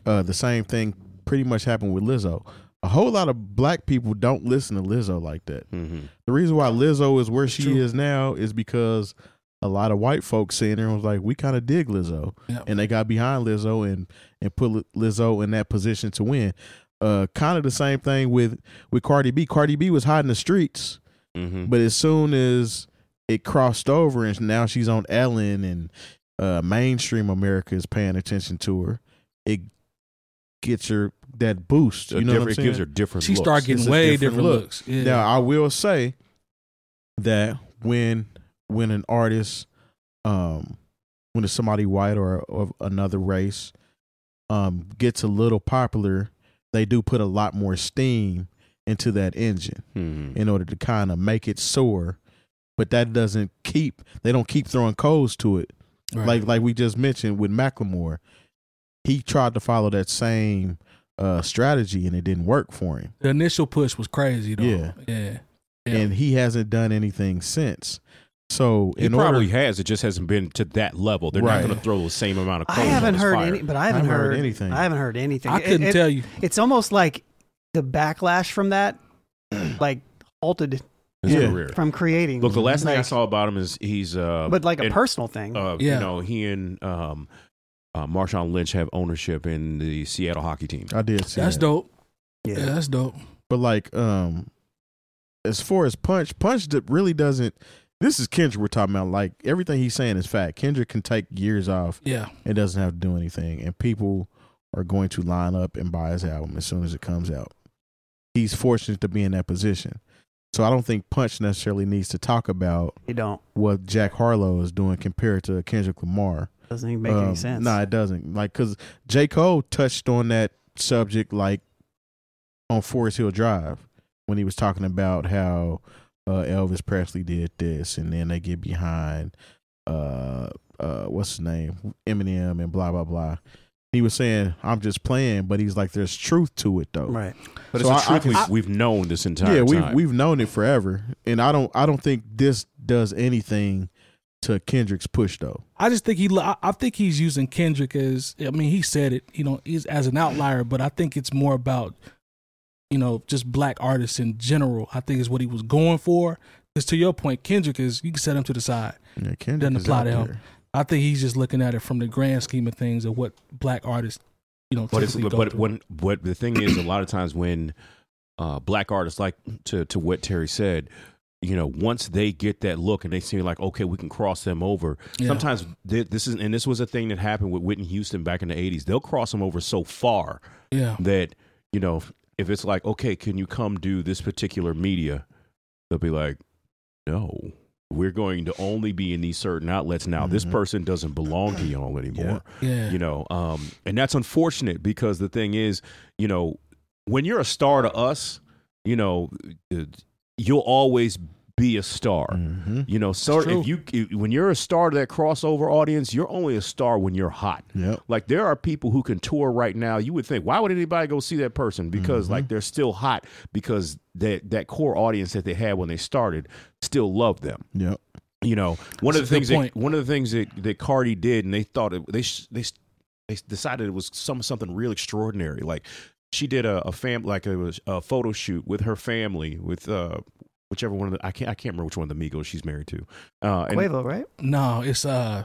S5: uh, the same thing pretty much happened with Lizzo. A whole lot of black people don't listen to Lizzo like that.
S3: Mm-hmm.
S5: The reason why Lizzo is where she
S2: True.
S5: is now is because a lot of white folks sitting there and was like, we kind of dig Lizzo,
S2: Yeah.
S5: and they got behind Lizzo and and put Li- Lizzo in that position to win. Uh, kind of the same thing with with Cardi B. Cardi B was hot in the streets,
S3: Mm-hmm.
S5: but as soon as it crossed over and now she's on Ellen and uh, mainstream America is paying attention to her, it gets her that boost. You know what I'm
S3: it
S5: saying?
S3: gives her different.
S2: she
S3: looks.
S2: started
S5: It's
S2: getting
S5: a
S2: way different,
S5: different look.
S2: looks. Yeah.
S5: Now I will say that when when an artist um when it's somebody white or of another race um gets a little popular, they do put a lot more steam into that engine
S3: Mhm.
S5: in order to kind of make it soar. But that doesn't keep they don't keep throwing coals to it.
S2: Right.
S5: Like like we just mentioned with Macklemore. He tried to follow that same uh strategy and it didn't work for him.
S2: the initial push was crazy, though.
S5: Yeah.
S2: yeah. Yeah.
S5: and he hasn't done anything since. So
S3: He
S5: in
S3: probably
S5: order,
S3: has. It just hasn't been to that level. They're
S5: Right.
S3: not going to throw the same amount of.
S4: I
S3: coals on
S4: haven't
S3: this
S4: heard
S3: Oh, fire.
S4: any, but I haven't,
S5: haven't
S4: heard,
S5: heard anything.
S4: I haven't heard anything.
S2: I
S4: It-
S2: couldn't
S4: it-
S2: tell you.
S4: It's almost like the backlash from that, like halted
S3: His
S5: Yeah.
S3: career.
S4: from creating.
S3: Look, the last thing I
S4: Like-
S3: saw about him is he's. Uh,
S4: but like a
S3: in-
S4: personal thing.
S3: Uh,
S2: Yeah.
S3: You know, he and um, uh, Marshawn Lynch have ownership in the Seattle hockey team.
S5: I did see
S2: That's
S5: that.
S2: dope. Yeah.
S4: yeah,
S2: that's dope.
S5: But like, um, as far as punch, punch d- really doesn't. This is Kendrick we're talking about. Like everything he's saying is fact. Kendrick can take years off
S2: Yeah,
S5: and doesn't have to do anything, and people are going to line up and buy his album as soon as it comes out. He's fortunate to be in that position. So I don't think Punch necessarily needs to talk about
S4: you don't.
S5: what Jack Harlow is doing compared to Kendrick Lamar.
S4: Doesn't even make
S5: Um,
S4: any sense.
S5: No, it doesn't. Like because J Cole touched on that subject like on Forest Hill Drive when he was talking about how uh, Elvis Presley did this, and then they get behind uh uh what's his name Eminem and blah blah blah. He was saying I'm just playing, but he's like there's truth to it though.
S4: right.
S3: But
S5: So
S3: it's a
S5: I- I
S3: truth
S5: can-
S3: we've, we've known this entire
S5: yeah,
S3: time.
S5: we've we've known it forever, and I don't I don't think this does anything to Kendrick's push though.
S2: I just think he. li- I I think he's using Kendrick as. I mean, he said it. You know, he's as an outlier, but I think it's more about, you know, just black artists in general. I think is what he was going for. Because to your point, Kendrick is you can set him to the side.
S5: Yeah, Kendrick
S2: Doesn't
S5: is
S2: apply
S5: out
S2: to him.
S5: there.
S2: I think he's just looking at it from the grand scheme of things of what black artists, you know,
S3: but it's,
S2: typically
S3: but,
S2: go
S3: but
S2: through.
S3: when what the thing is, a lot of times when uh, black artists like to to what Terry said, you know, once they get that look and they seem like okay, we can cross them over.
S2: Yeah.
S3: Sometimes th- this is and this was a thing that happened with Whitney Houston back in the '80s. They'll cross them over so far
S2: yeah,
S3: that you know if it's like okay, can you come do this particular media? They'll be like, no. We're going to only be in these certain outlets now. This
S5: Mhm.
S3: person doesn't belong to y'all anymore
S2: Mm-hmm.
S5: Yeah.
S2: yeah,
S3: you know um and that's unfortunate because the thing is you know when you're a star to us you know uh, you'll always be a star
S5: Mhm.
S3: you know so
S2: true.
S3: if you if- when you're a star to that crossover audience you're only a star when you're hot
S5: Yep.
S3: like there are people who can tour right now you would think why would anybody go see that person because
S5: Mhm.
S3: like they're still hot because that that core audience that they had when they started still love them
S5: Yep.
S3: you know one of the
S2: That's a good
S3: things that,
S2: point.
S3: one of the things that, that Cardi did and they thought it, they sh- they s- they s- decided it was some something real extraordinary like she did a, a fam like it was a photo shoot with her family with uh whichever one of the I can't I can't remember which one of the Migos she's married to uh and
S4: Quavo, right?
S2: no, it's uh,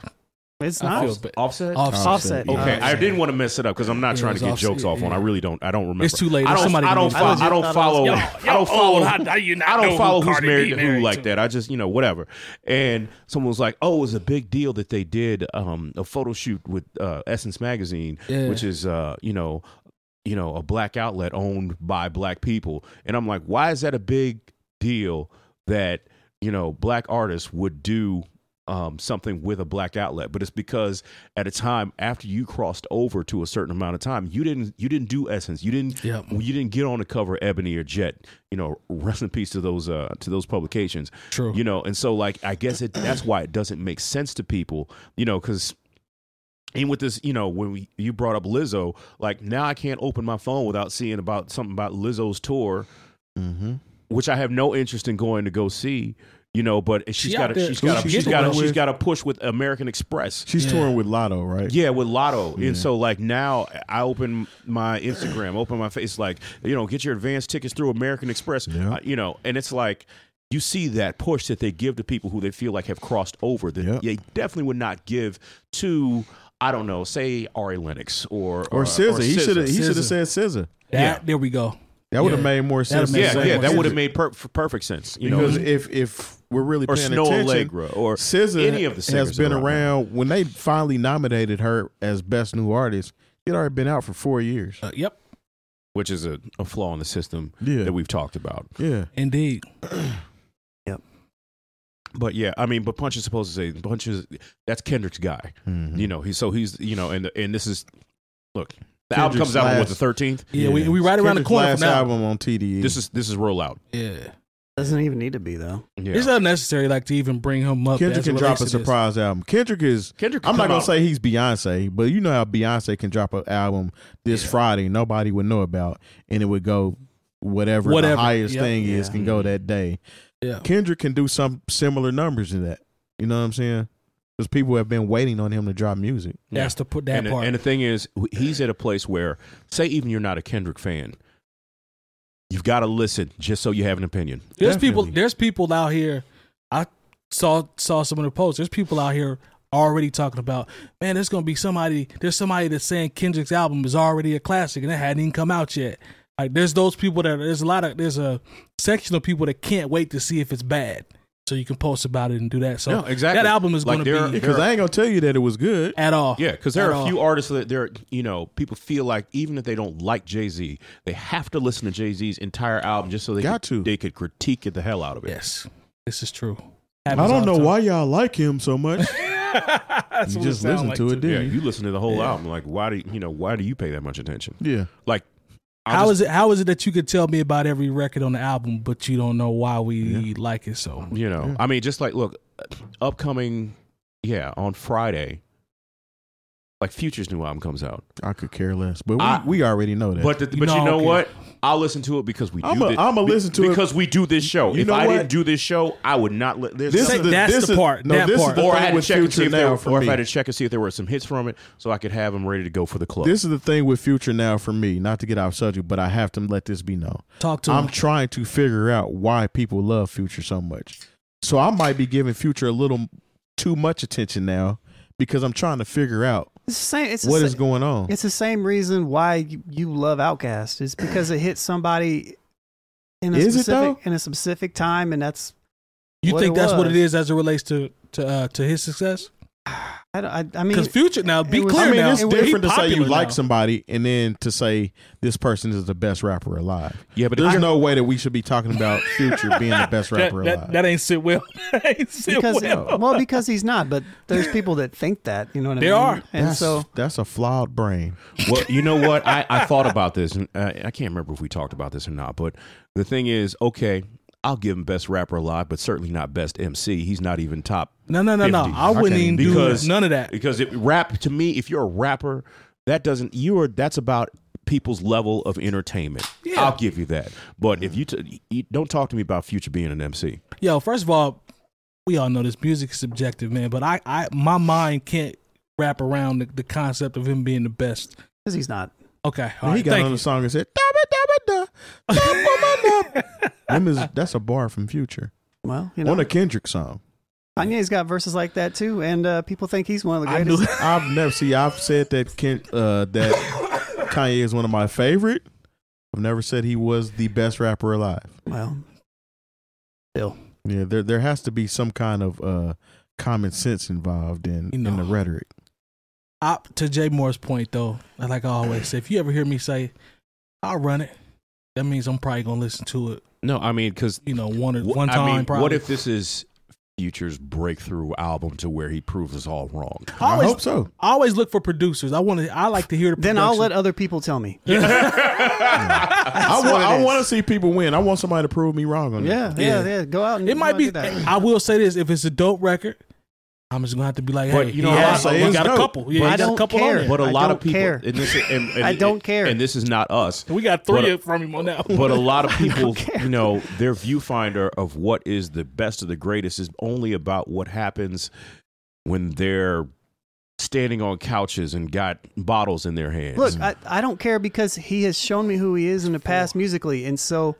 S4: It's
S2: I
S4: not.
S2: feel bad.
S3: Offset
S2: Offset. Oh,
S4: Offset. Uh,
S3: okay
S4: yeah.
S3: I didn't want to mess it up because I'm not
S2: Yeah,
S3: trying
S2: it's
S3: to get
S2: Offset,
S3: jokes off on
S2: yeah.
S3: I really don't I don't remember
S2: It's too late.
S3: I don't
S2: Somebody
S3: I don't
S2: remember.
S3: follow I don't follow I don't follow
S2: you
S3: I don't follow who's married to who like that. I just, you know, whatever. And someone was like, "Oh, it was a big deal that they did um, a photo shoot with uh, Essence magazine,
S2: Yeah.
S3: which is, uh, you know, you know, a black outlet owned by black people." And I'm like, "Why is that a big deal that you know black artists would do um, something with a black outlet, but it's because at a time after you crossed over to a certain amount of time, you didn't you didn't do Essence, you didn't
S2: Yep.
S3: you didn't get on the cover of Ebony or Jet, you know. Rest in peace to those uh, to those publications,
S2: True.
S3: you know. And so like I guess it that's why it doesn't make sense to people, you know, because and with this, you know, when we, you brought up Lizzo, like now I can't open my phone without seeing about something about Lizzo's tour,
S5: Mm-hmm.
S3: which I have no interest in going to go see. You know, but she's
S2: She
S3: got to
S2: out there-
S3: she's
S2: who
S3: got
S5: she
S3: to she's
S5: getting
S3: got
S5: with?
S3: to she's got to push with American Express.
S5: She's
S2: Yeah.
S5: touring with Lotto, right?
S3: Yeah, with Lotto.
S5: Yeah.
S3: And so like now I open my Instagram, open my face like, you know, get your advance tickets through American Express,
S5: Yeah.
S3: uh, you know, and it's like you see that push that they give to people who they feel like have crossed over that
S5: Yeah.
S3: they definitely would not give to I don't know, say Ari Lennox or
S5: Or Scissor. He should have. He should
S2: SZA.
S5: have said Scissor.
S2: that,
S3: yeah.
S2: There we go.
S5: That would have
S2: Yeah.
S5: made more
S2: That'd
S5: sense.
S2: make
S5: than
S3: Yeah,
S2: sense.
S5: saying
S3: yeah, that
S5: SZA.
S3: would have made per- for perfect sense, you
S5: because
S3: know.
S5: if if we're really
S3: Or
S5: paying
S3: Snow
S5: attention,
S3: Allegra or
S5: SZA
S3: any of the
S5: has
S3: singers
S5: been
S3: that are out
S5: around when they finally nominated her as best new artist. She'd already been out for four years.
S2: Uh, yep.
S3: Which is a, a flaw in the system
S5: Yeah.
S3: that we've talked about.
S5: Yeah,
S2: Indeed.
S3: But yeah, I mean, but Punch is supposed to say Punch is that's Kendrick's guy.
S5: Mhm.
S3: you know he's so he's you know and and this is look the album
S5: Kendrick's
S3: comes out on what
S5: last-
S3: the 13th
S2: Yeah, we we right around the
S5: Kendrick's
S2: corner
S5: Last
S2: from now.
S5: album on E. TDE.
S3: this is this is rollout
S2: Yeah.
S4: Doesn't even need to be though.
S3: yeah
S2: It's unnecessary, like to even bring him up.
S5: Kendrick
S2: as it
S5: can drop
S2: relates
S5: a
S2: to this.
S5: surprise album. Kendrick is.
S3: Kendrick
S5: I'm not
S3: come
S5: gonna
S3: out-
S5: say he's Beyonce, but you know how Beyonce can drop an album this Friday nobody would know about, and it would go whatever,
S2: Whatever.
S5: the highest
S2: Yep.
S5: thing is
S4: Yeah.
S5: can
S3: Mm-hmm.
S5: go that day.
S2: Yeah.
S5: Kendrick can do some similar numbers in that. You know what I'm saying? Because people have been waiting on him to drop music.
S2: That's to put that
S3: and,
S2: part.
S3: and the thing is he's at a place where say even you're not a Kendrick fan you've got to listen just so you have an opinion
S2: there's people.
S5: Definitely.
S2: There's people out here. I saw saw some of the posts. There's people out here already talking about. Man, there's gonna be somebody. There's somebody that's saying Kendrick's album is already a classic and it hadn't even come out yet. Like there's those people that there's a lot of there's a section of people that can't wait to see if it's bad, so you can post about it and do that. So
S3: No, exactly.
S2: that album is
S3: Like, there
S2: gonna
S3: are-
S2: be
S5: Because I ain't gonna tell you that it was good.
S2: at all.
S3: yeah because there
S2: At
S3: are a
S2: all.
S3: few artists that they're you know people feel like even if they don't like Jay-Z they have to listen to Jay-Z's entire album just so they
S5: Got
S3: could,
S5: to.
S3: they could critique it the hell out of it
S2: Yes, this is true.
S5: I
S2: Happens all
S5: don't
S2: the
S5: know
S2: time.
S5: why y'all like him so much.
S2: That's
S5: you
S2: what it
S5: just
S2: sound
S5: listen
S2: like
S5: to it,
S3: yeah
S5: didn't you?
S3: you listen to the whole album like why do you you know why do you pay that much attention
S5: Yeah.
S3: like I'll
S2: How
S3: just-
S2: is it? How is it that you could tell me about every record on the album, but you don't know why we like it? So
S3: you know
S5: Yeah.
S3: i mean just like look upcoming yeah on friday like future's new album comes out
S5: I could care less, but we,
S3: I-
S5: we already know that.
S3: but the, but
S2: No,
S3: you know
S2: okay.
S3: what i'll listen to it because we do
S5: I'ma-
S3: thi-
S5: I'ma
S3: be-
S5: listen to it.
S3: because we do this show
S5: You
S3: if
S5: know
S3: i
S5: what?
S3: didn't do this show i would not let this,
S5: this is the,
S2: that's
S5: this
S2: the
S5: is-
S2: part,
S5: No,
S2: that
S5: this
S2: part.
S5: is the
S3: or I
S5: thing
S3: had to
S5: with
S3: check and see
S5: Future
S3: if there,
S5: now
S3: were-
S5: for
S3: or
S5: me.
S3: if I had to check and see if there were some hits from it, so I could have them ready to go for the club.
S5: This is the thing with Future now for me. Not to get off subject, but I have to let this be known.
S2: talk to
S5: I'm
S2: him.
S5: trying to figure out why people love Future so much. So I might be giving Future a little too much attention now because I'm trying to figure out
S4: It's the same. It's the
S5: what
S4: sa-
S5: is going on.
S4: It's the same reason why you- you love Outcast. It's because it hits somebody in a
S5: Is it,
S4: specific in a specific time, and that's
S2: You
S4: what
S2: think
S4: it
S2: that's what it
S4: was.
S2: is as it relates to to uh, to his success?
S4: I, don't- I, I mean
S2: Because Future now, be
S4: it was-
S2: clear
S5: I mean,
S2: now,
S5: it's
S2: he
S5: different to say you
S2: popular
S5: like
S2: now.
S5: somebody and then to say this person is the best rapper alive.
S3: yeah, but
S5: But there's
S3: it's-
S5: no way that we should be talking about Future being the best
S2: That,
S5: rapper
S2: that,
S5: alive.
S2: that ain't sit well. That ain't sit
S4: because
S2: well.
S4: well because he's not, but there's people that think that you know what I
S2: There
S4: mean.
S2: are.
S4: and
S5: that's,
S4: so
S5: that's a flawed brain.
S3: well, you know what? I, I thought about this, and uh, I, I can't remember if we talked about this or not. But the thing is, okay, I'll give him best rapper alive, but certainly not best MC. He's not even top
S2: No, no, no, no.
S3: 50.
S2: I wouldn't even do
S3: Because-
S2: none of that.
S3: because it, rap to me. If you're a rapper, that doesn't you are that's about people's level of entertainment.
S2: Yeah.
S3: I'll give you that. But if you, t- you don't talk to me about Future being an MC,
S2: Yo, first of all, we all know this music is subjective, man. But I, I, my mind can't wrap around the, the concept of him being the best.
S4: because he's not.
S2: Okay, all
S5: he
S2: right,
S5: got
S2: thank
S5: on
S2: you.
S5: the song and said, "Dabba, dabba, da, dabba, ma, da." Them is- that's a bar from Future
S4: Well, you know,
S5: on a Kendrick song.
S4: Kanye's got verses like that too, and uh, people think he's one of the
S2: I knew
S4: greatest.
S5: I've never see. I've said that Ken, uh, that Kanye is one of my favorite. I've never said he was the best rapper alive.
S4: Well,
S5: Yeah, there there has to be some kind of uh, common sense involved in
S2: You know.
S5: in the rhetoric.
S2: I, to Jay Moore's point, though, and like I always say, if you ever hear me say, "I'll run it," that means I'm probably gonna listen to it,
S3: no, I mean because
S2: you know, one or one time.
S3: I mean,
S2: probably.
S3: what if this is Future's breakthrough album to where he proves us all wrong.
S2: I
S5: I
S2: always,
S5: hope so.
S2: I always look for producers. I want to. I like to hear the.
S4: Then I'll
S2: production.
S4: let other people tell me.
S5: I
S4: what
S5: want.
S4: it
S5: I
S4: is.
S5: want to see people win. I want somebody to prove me wrong on
S4: Yeah,
S5: that.
S4: yeah,
S2: Yeah.
S4: yeah. Go out and
S2: It might
S4: go
S2: be.
S4: out and do that.
S2: I will say this: if it's a dope record, I'm just gonna have to be like, hey,
S3: But you know
S2: he
S3: what
S5: I'm
S2: has-
S5: saying?
S2: he got a
S5: It's dope.
S2: couple. Yeah, he
S4: But I
S2: got a
S4: don't
S2: couple
S4: care.
S2: on there.
S3: But a
S4: I
S3: lot of
S4: don't
S3: people,
S4: care.
S3: and this, and, and,
S4: I don't care.
S3: And this is not us.
S2: We got
S3: But
S2: three
S3: a-
S2: from him on that. one.
S3: but a lot of people,
S4: care.
S3: you know, their viewfinder of what is the best of the greatest is only about what happens when they're standing on couches and got bottles in their hands.
S4: Look, I, I don't care because he has shown me who he is in the past musically, and so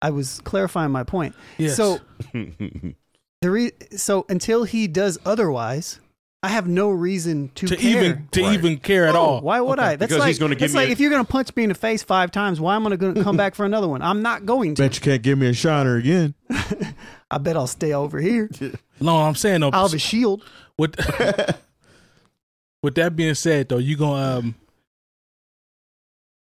S4: I was clarifying my point.
S2: Yes.
S4: So the re- so until he does otherwise, I have no reason to,
S2: to
S4: care.
S2: even to
S3: Right.
S2: even care at
S4: No,
S2: all.
S4: Why would I? That's
S3: Because
S4: like,
S3: he's gonna give
S4: that's
S3: me
S4: like
S3: a-
S4: if you're going to punch me in the face five times, why am I going to come back for another one? I'm not going to.
S5: Bet you can't give me a shiner again.
S4: I bet I'll stay over here.
S2: No, I'm saying though.
S4: I'll have a shield.
S2: With with that being said, though, you gonna um,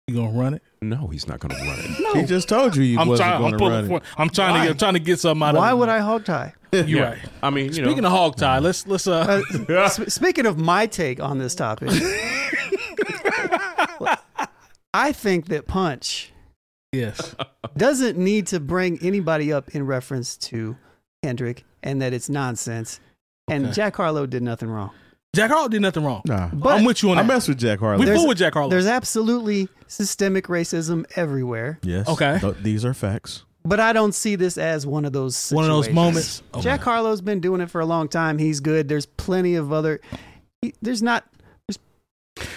S2: you gonna run it?
S3: no, he's not going to run it.
S5: He just told you you
S2: I'm
S5: wasn't
S2: trying.
S5: going
S2: I'm,
S5: to
S2: pulling
S5: run it.
S2: for- I'm trying to.
S4: Why?
S2: Get, I'm trying to get something out
S4: Why
S2: of.
S4: would I hog tie?
S2: I? You're
S3: Yeah.
S2: right.
S3: I mean, you
S2: Speaking
S3: know,
S2: of hog tie, let's let's uh,
S4: Uh, s- speaking of my take on this topic, I think that Punch
S2: yes,
S4: doesn't need to bring anybody up in reference to Kendrick and that it's nonsense. And Jack Harlow did nothing wrong.
S2: Jack Harlow did nothing wrong.
S5: Nah,
S4: But
S2: I'm with you on
S5: I
S2: that.
S5: mess with Jack Harlow.
S2: We
S4: There's-
S2: fool with Jack Harlow.
S4: there's absolutely systemic racism everywhere.
S5: yes.
S2: Okay.
S5: Th- these are facts.
S4: But I don't see this as one of those situations.
S2: One of those moments. Okay.
S4: Jack Harlow's been doing it for a long time. He's good. There's plenty of other. he- There's not. There's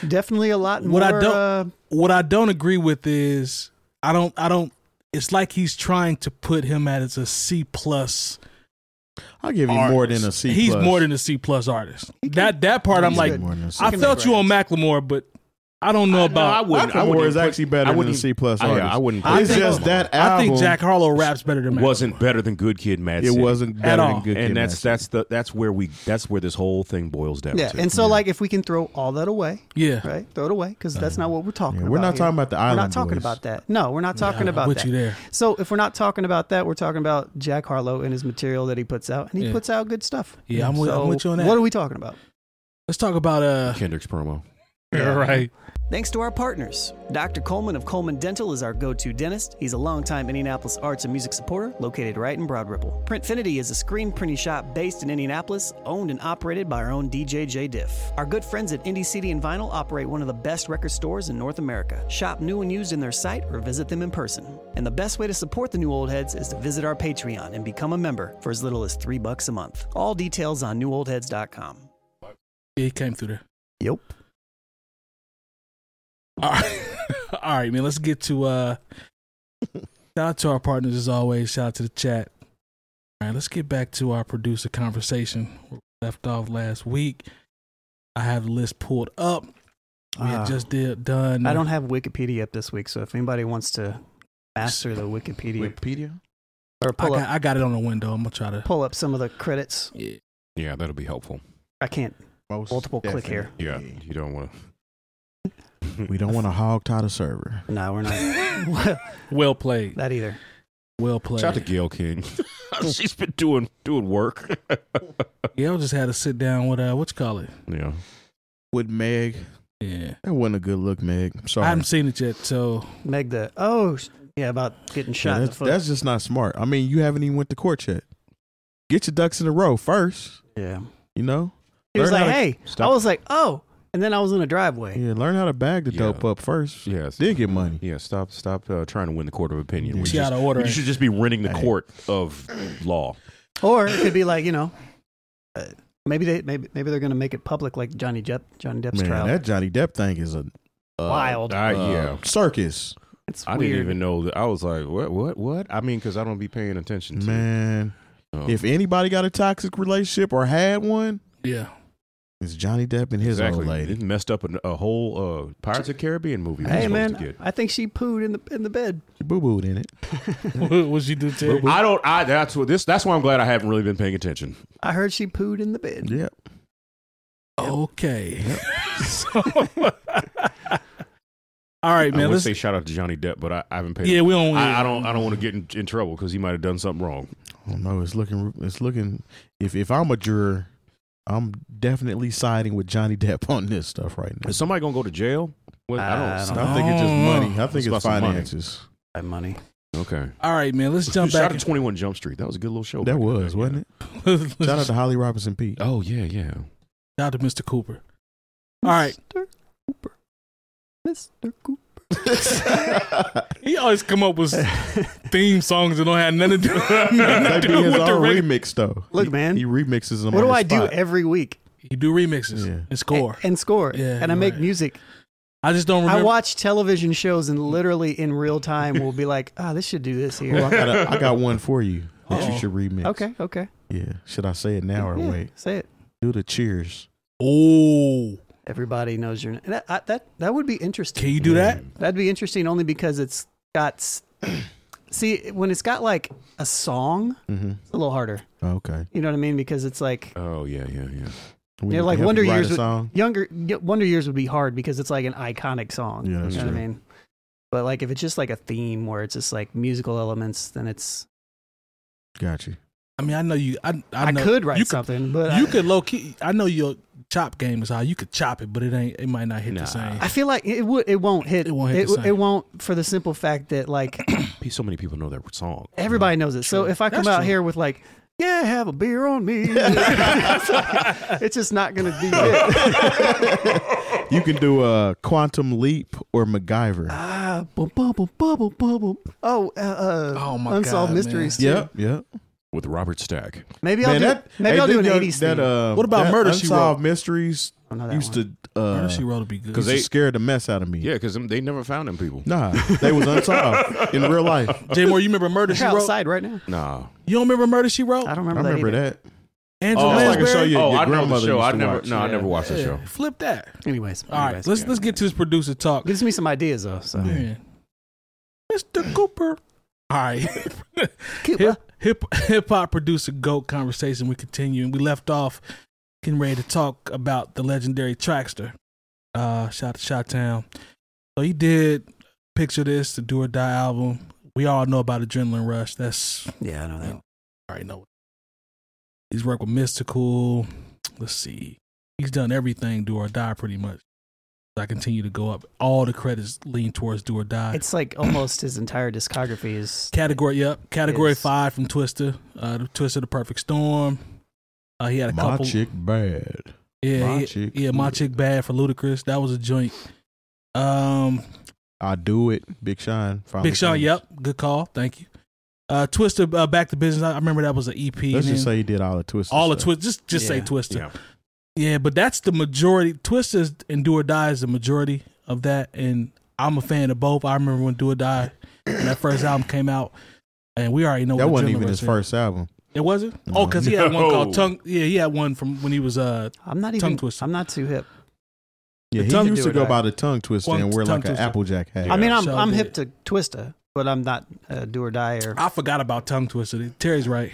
S4: definitely a lot more.
S2: What I don't-
S4: uh,
S2: what I don't agree with is I don't I don't it's like he's trying to put him at as a C plus.
S5: I'll give you more than a C.
S2: He's
S5: plus.
S2: more than a C plus artist. That that part I'm
S5: He's
S2: like
S5: more than a C
S2: I
S5: plus.
S2: felt you on Macklemore, but I don't know
S3: no, I
S2: about
S3: wouldn't. I
S5: Macklemore
S3: wouldn't
S5: is
S3: put-
S5: actually better
S3: I
S5: than
S3: wouldn't
S5: a
S3: even-
S5: C plus
S3: I,
S5: artist.
S3: yeah, I wouldn't.
S2: I
S5: it's
S2: think-
S5: just that
S2: I
S5: album
S2: think Jack Harlow raps better than Macklemore.
S3: wasn't better than Good Kid, Mad
S5: It
S3: City.
S5: wasn't better
S2: all.
S5: than good. Kid,
S3: and that's
S5: Mad
S3: that's the that's where we that's where this whole thing boils down
S4: yeah,
S3: to.
S4: and so like if we can throw all that away,
S2: Yeah.
S4: right? Throw it away because that's not what we're
S5: Yeah,
S4: talking about.
S5: we're not
S4: here.
S5: talking about the
S4: We're
S5: Island
S4: not talking
S5: Boys.
S4: about that. No, we're not talking
S2: I'm
S4: about
S2: with
S4: that.
S2: you there.
S4: So if we're not talking about that, we're talking about Jack Harlow and his material that he puts out, and he
S2: Yeah.
S4: puts out good stuff.
S2: Yeah, I'm with, I'm
S4: So
S2: with you on that.
S4: What are we talking about?
S2: Let's talk about uh
S3: Kendrick's promo.
S4: Yeah.
S2: right.
S4: Thanks to our partners. Dr. Coleman of Coleman Dental is our go to dentist. He's a longtime Indianapolis arts and music supporter located right in Broad Ripple. Printfinity is a screen printing shop based in Indianapolis, owned and operated by our own DJ J. Diff. Our good friends at Indie CD and Vinyl operate one of the best record stores in North America. Shop new and used in their site or visit them in person. And the best way to support the new old heads is to visit our Patreon and become a member for as little as three bucks a month. All details on newoldheads.com.
S2: Yeah, he came through there.
S4: Yep.
S2: All right. All right, man. Let's get to uh shout out to our partners as always. Shout out to the chat. All right, let's get back to our producer conversation where we left off last week. I have the list pulled up. We had
S4: Ah.
S2: just did done.
S4: I don't have Wikipedia up this week, so if anybody wants to master the Wikipedia
S5: Wikipedia.
S4: or
S2: I
S4: pull
S2: got,
S4: up,
S2: I got it on the window. I'm gonna try to.
S4: pull up some of the credits,
S2: Yeah.
S3: Yeah, that'll be helpful.
S4: I can't.
S5: Most
S4: Multiple click
S5: definitely.
S3: Yeah, you don't want to.
S5: We don't want to hog tie the server.
S4: No, we're not
S2: Well played.
S4: that either.
S2: Well played.
S3: Shout out to Gail King. She's been doing doing work.
S2: yeah, I just had to sit down with uh, what you call it.
S3: yeah.
S5: With Meg,
S2: Yeah,
S5: that wasn't a good look, Meg. I'm sorry.
S2: I haven't seen it yet. So
S4: Meg the oh sh- yeah about getting
S5: Yeah,
S4: shot. in the
S5: that's,
S4: foot.
S5: that's just not smart. I mean, you haven't even went to court yet. Get your ducks in a row first.
S4: yeah.
S5: You know.
S4: He was
S5: Learn
S4: like,
S5: how to-
S4: hey,
S3: Stop.
S4: I was like, oh, and then I was in a driveway.
S5: Yeah, learn how to bag the
S3: Yeah.
S5: dope up first.
S3: Yes.
S5: Then get money.
S3: Yeah. Stop. Stop uh, trying to win the court of opinion.
S5: Yeah.
S3: We
S2: she out
S3: just-
S2: of order.
S3: you should just be renting the
S5: Hey.
S3: court of law.
S4: Or it could be like you know, uh, maybe they maybe maybe they're gonna make it public like Johnny Depp Johnny Depp's
S5: Man,
S4: trial.
S5: that Johnny Depp thing is a uh,
S4: Wild.
S3: I- yeah.
S5: uh, circus.
S4: it's
S3: I
S4: weird.
S3: didn't even know that. I was like, what? What? What? I mean, because I don't be paying attention. to
S5: Man,
S3: um,
S5: if anybody got a toxic relationship or had one,
S2: yeah,
S5: it's Johnny Depp and his
S3: exactly,
S5: old lady.
S3: it messed up a, a whole uh, Pirates of the Caribbean movie. we were
S4: Hey
S3: supposed to
S4: man,
S3: get.
S4: I think she pooed in the in the bed.
S5: Boo booed in it.
S2: what you do, Terry?
S3: I don't. I that's what this. That's why I'm glad I haven't really been paying attention.
S4: I heard she pooed in the bed.
S5: Yep.
S2: Okay. So- all right,
S3: I
S2: man.
S3: would
S2: Let's.
S3: say shout out to Johnny Depp, but I, I haven't paid.
S2: yeah, we don't.
S3: I, I don't. I don't want to get in, in trouble because he might have done something wrong.
S5: I don't know. It's looking. It's looking. If if I'm a juror, I'm definitely siding with Johnny Depp on this stuff right now.
S3: Is somebody gonna go to jail? Well,
S4: I don't
S5: I think it's
S3: Oh.
S5: just money. I
S3: It's
S5: think it's,
S3: about some money.
S5: finances.
S4: Buy money.
S3: Okay.
S2: All right, man. Let's jump
S3: Shout
S2: back.
S3: out to Twenty One Jump Street. That was a good little show.
S5: That was, wasn't it? Shout out
S2: Shout
S5: to Holly Robinson Pete.
S3: Oh yeah, yeah.
S2: out to Mr. Cooper. All right.
S4: Mr. Cooper. Mr. Cooper.
S2: He always come up with theme songs that don't have nothing to do,
S5: That'd
S2: nothing
S5: be
S2: to do
S5: his
S2: with the
S5: own
S2: reg-
S5: remix though.
S4: Look,
S5: He-
S4: man.
S5: he remixes them.
S4: What
S5: on
S4: do
S5: the
S4: I do
S5: spot.
S4: every week?
S2: He do remixes
S5: Yeah.
S2: and score.
S4: A- and score.
S2: Yeah,
S4: and
S2: you're
S4: I make
S2: right.
S4: music.
S2: I just don't remember.
S4: I watch television shows and literally in real time will be like, ah, this should do this here.
S5: Well, I, got a, I got one for you that
S2: Uh-oh.
S5: you should remix.
S4: okay, okay.
S5: Yeah. Should I say it now or
S4: Yeah,
S5: wait?
S4: Say it.
S5: Do the cheers.
S2: oh,
S4: Everybody knows your name. That, I, that, that would be interesting.
S2: can you do that?
S4: That'd be interesting only because it's got. s- See, when it's got like a song,
S5: Mm-hmm.
S4: it's a little harder.
S5: Okay.
S4: You know what I mean? Because it's like
S3: Oh yeah, yeah, yeah.
S5: We
S4: Yeah,
S5: can help
S4: like
S5: you
S4: Wonder
S5: write
S4: Years
S5: a
S4: would-
S5: song.
S4: younger y- Wonder Years would be hard because it's like an iconic song.
S5: Yeah, that's
S4: you know what I
S5: true.
S4: mean? But like if it's just like a theme where it's just like musical elements, then it's
S5: Got you.
S2: I mean, I know you. I I,
S4: I,
S2: know,
S4: could write
S2: you
S4: something, but
S2: you
S4: I,
S2: could low key. I know your chop game is how you could chop it, but it ain't. It might not hit
S3: Nah.
S2: the same.
S4: I feel like it would it won't hit
S2: It won't hit the
S4: it,
S2: same.
S4: won't for the simple fact that like
S3: Pe- So many people know that song.
S4: everybody knows it. So
S2: True.
S4: if I come
S2: That's
S4: out
S2: true.
S4: here with like yeah, have a beer on me. it's, like- it's just not gonna be it.
S5: You can do a uh, Quantum Leap or MacGyver.
S4: ah, bum, bum, bum, bum, bum, bum, bum. Oh, uh, uh,
S2: Oh my
S4: unsolved
S2: God,
S4: mysteries. too.
S5: Yep, yep.
S3: with Robert Stack.
S4: Maybe I'll
S5: Man,
S4: do
S5: that-
S4: maybe
S5: hey,
S4: I'll do
S5: that-
S4: an
S5: that-
S4: eighties
S5: that,
S4: thing.
S5: uh,
S2: What about
S5: that
S2: Murder, She
S5: Unsolved Mysteries
S4: I know that
S5: used
S4: one.
S5: to uh,
S2: Murder, she wrote would be good.
S3: 'Cause
S5: used to
S3: they-
S5: scare the mess out of me.
S3: Yeah, because they never found them people.
S5: Nah, they was unsolved in real life.
S2: Jay Moore, you remember Murder She
S4: They're
S2: Wrote?
S4: outside right now.
S3: Nah.
S2: You don't remember Murder She Wrote?
S4: I don't
S5: I
S4: remember,
S5: remember
S4: that,
S5: that.
S2: Angela
S5: Oh, it's like a
S2: Lansbury.
S5: show you- your
S3: oh, I know the
S5: grandmother
S3: show.
S5: used
S3: I
S5: to
S3: never.
S5: watch.
S3: No, I
S2: Yeah.
S3: never watched the show.
S2: Yeah, Flip that.
S4: either. Anyways,
S2: All right,
S4: anyways.
S2: let's let's get to this producer talk.
S4: gives me some ideas though. So
S2: Yeah. Mr. Cooper. All right.
S4: Keep-
S2: hip hip hip hop producer goat conversation. We continue and we left off getting ready to talk about the legendary Trackster. Uh, shout to Shot Town. So he did picture this the Do or Die album. We all know about Adrenaline Rush. That's
S4: yeah, I know that.
S2: I already know. He's worked with Mystical. Let's see. He's done everything Do or Die pretty much. I continue to go up. All the credits lean towards Do or Die.
S4: It's like almost his entire discography is
S2: Category, yep. Category
S4: Yes.
S2: five from Twister. Uh, the Twister, the Perfect Storm. Uh, he had a
S5: My
S2: couple.
S5: chick bad.
S2: yeah,
S5: My
S2: he-
S5: Chick
S2: yeah. My
S5: Ludacris.
S2: chick bad for Ludacris. That was a joint. Um,
S5: I do it. Big Sean. finally
S2: Big Sean,
S5: came.
S2: yep. Good call. Thank you. Uh, Twister, uh, back to business. I, I remember that was an EP.
S5: Let's
S2: and
S5: just
S2: then
S5: say he did all the twists.
S2: all the Twister. Just, just say
S4: Yeah,
S2: Twister.
S3: Yeah.
S2: Yeah, but that's the majority. Twist is and Do or Die is the majority of that, and I'm a fan of both. I remember when Do or Die, when that first album came out, and we already know
S5: That
S2: what
S5: wasn't
S2: Adrenaline
S5: even his
S2: Rush is.
S5: first album.
S2: It wasn't. Oh, 'cause Oh, because
S5: No.
S2: he had one
S3: No.
S2: called tongue. Yeah, he had one from when he was uh
S4: I'm not
S2: Tongue
S4: even
S2: twister.
S4: I'm not too hip.
S5: Yeah,
S4: tongue
S5: he used to
S4: do it,
S5: go
S4: I-
S5: by the tongue twister
S2: One
S5: and wear
S2: tongue
S5: like an
S2: twister.
S5: Applejack hat.
S3: Yeah.
S4: I mean I'm
S2: so
S4: I'm
S2: did-
S4: hip to Twista, but I'm not uh, do or die or
S2: I forgot about tongue twister. Terry's right.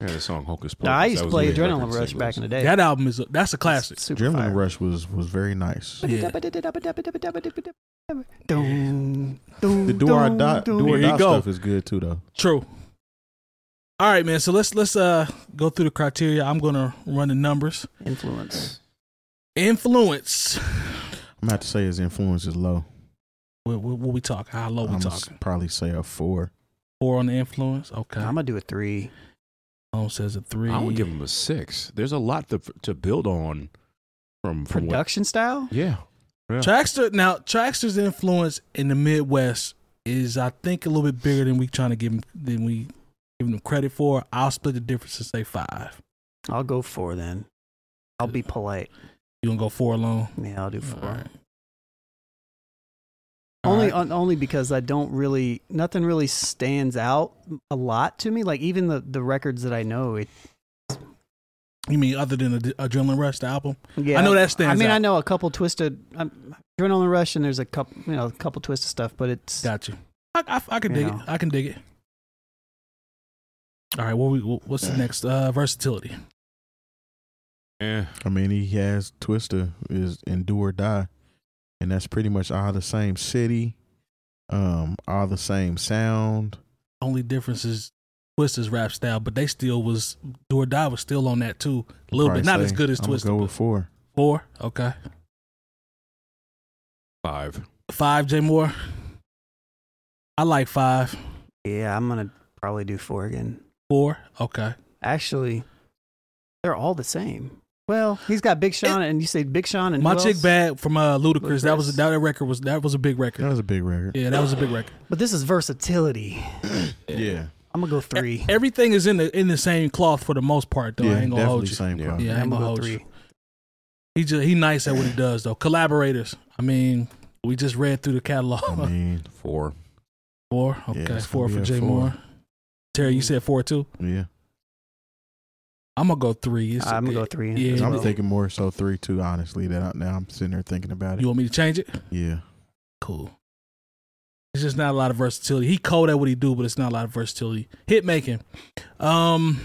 S3: Yeah, the song Hocus Pocus.
S4: No, I
S3: That
S4: used to
S3: was
S4: play
S3: his
S4: Adrenaline
S3: record
S4: Rush back in the
S3: singles.
S4: day.
S2: That album is a, that's a classic.
S4: It's super
S5: Adrenaline
S4: fire.
S5: Rush was was very nice.
S2: Yeah.
S4: Dun, dun,
S5: The do or
S4: dun,
S5: die,
S4: dun.
S5: do or
S2: Here you
S5: die
S2: go.
S5: stuff is good too, though.
S2: True. All right, man. So let's let's uh go through the criteria. I'm gonna run the numbers.
S4: influence.
S2: Influence.
S5: I'm gonna have to say his influence is low.
S2: What, what, what we talk? How low Oh, we
S5: I'm gonna
S2: talking?
S5: probably say a four.
S2: Four on the influence. Okay.
S4: I'm gonna do a three.
S2: Home says a three.
S3: I would give him a six. There's a lot to to build on from from what.
S4: Production style?
S3: Yeah.
S2: Trackster now Trackster's influence in the Midwest is I think a little bit bigger than we trying to give him than we giving him credit for. I'll split the difference and say five.
S4: I'll go four then. I'll be polite.
S2: You gonna go four alone?
S4: Yeah, I'll do four.
S2: All right.
S4: only
S2: All right.
S4: on, only because I don't really nothing really stands out a lot to me. Like even the the records that I know, it,
S2: you mean other than Ad- Adrenaline Rush the album?
S4: yeah,
S2: I know that stands.
S4: I mean,
S2: out.
S4: I know a couple twisted. I'm, Adrenaline Rush, and there's a couple, you know, a couple twisted stuff, but it's
S2: Got you. I, I, I can
S4: You
S2: dig
S4: know.
S2: it. I can dig it. All right. What we what- what's the next uh, versatility?
S3: Eh.
S5: I mean, he has Twister is in Do or Die, and that's pretty much all the same city, um, all the same sound.
S2: Only difference is Twister's rap style, but they still was Do or Die was still on that too a little bit,
S5: Probably
S2: not
S5: say,
S2: as good as
S5: I'ma
S2: Twister.
S5: Go
S2: but
S5: with four.
S2: four, okay,
S3: Five.
S2: five. Jay Moore, I like five,
S4: Yeah, I'm gonna probably do four again.
S2: four, okay.
S4: Actually, they're all the same. Well, he's got Big Sean, and you say Big Sean and
S2: My
S4: who
S2: chick
S4: else?
S2: bad from uh, Ludacris. That was
S4: Ludacris.
S2: that record was that was a big record.
S5: That was a big record.
S2: Yeah, that was a big record.
S4: But this is versatility.
S5: Yeah, yeah,
S4: I'm gonna go three.
S2: Everything is in the in the same cloth for the most part, though. I ain't gonna hold
S5: definitely
S2: you.
S5: same
S3: Yeah.
S5: problem.
S2: Yeah, I
S4: I'm
S2: ain't gonna
S4: gonna go
S2: hold you.
S4: three.
S2: He just he nice at what he does though. Collaborators. I mean, we just read through the catalog.
S5: I mean,
S3: Four.
S2: four, okay,
S5: it's
S2: four
S5: gonna
S2: for
S5: be
S2: Jay
S5: a four.
S2: Moore. Terry, you
S4: Mm.
S2: said four too.
S5: yeah.
S2: I'm gonna go three. It's-
S4: I'm gonna go three.
S2: Yeah.
S4: as
S5: I'm
S4: well.
S5: thinking more so three, two. Honestly, that I, now I'm sitting there thinking about it.
S2: You want me to change it?
S5: Yeah,
S2: Cool. It's just not a lot of versatility. He cold at what he do, but it's not a lot of versatility. Hit making. Um,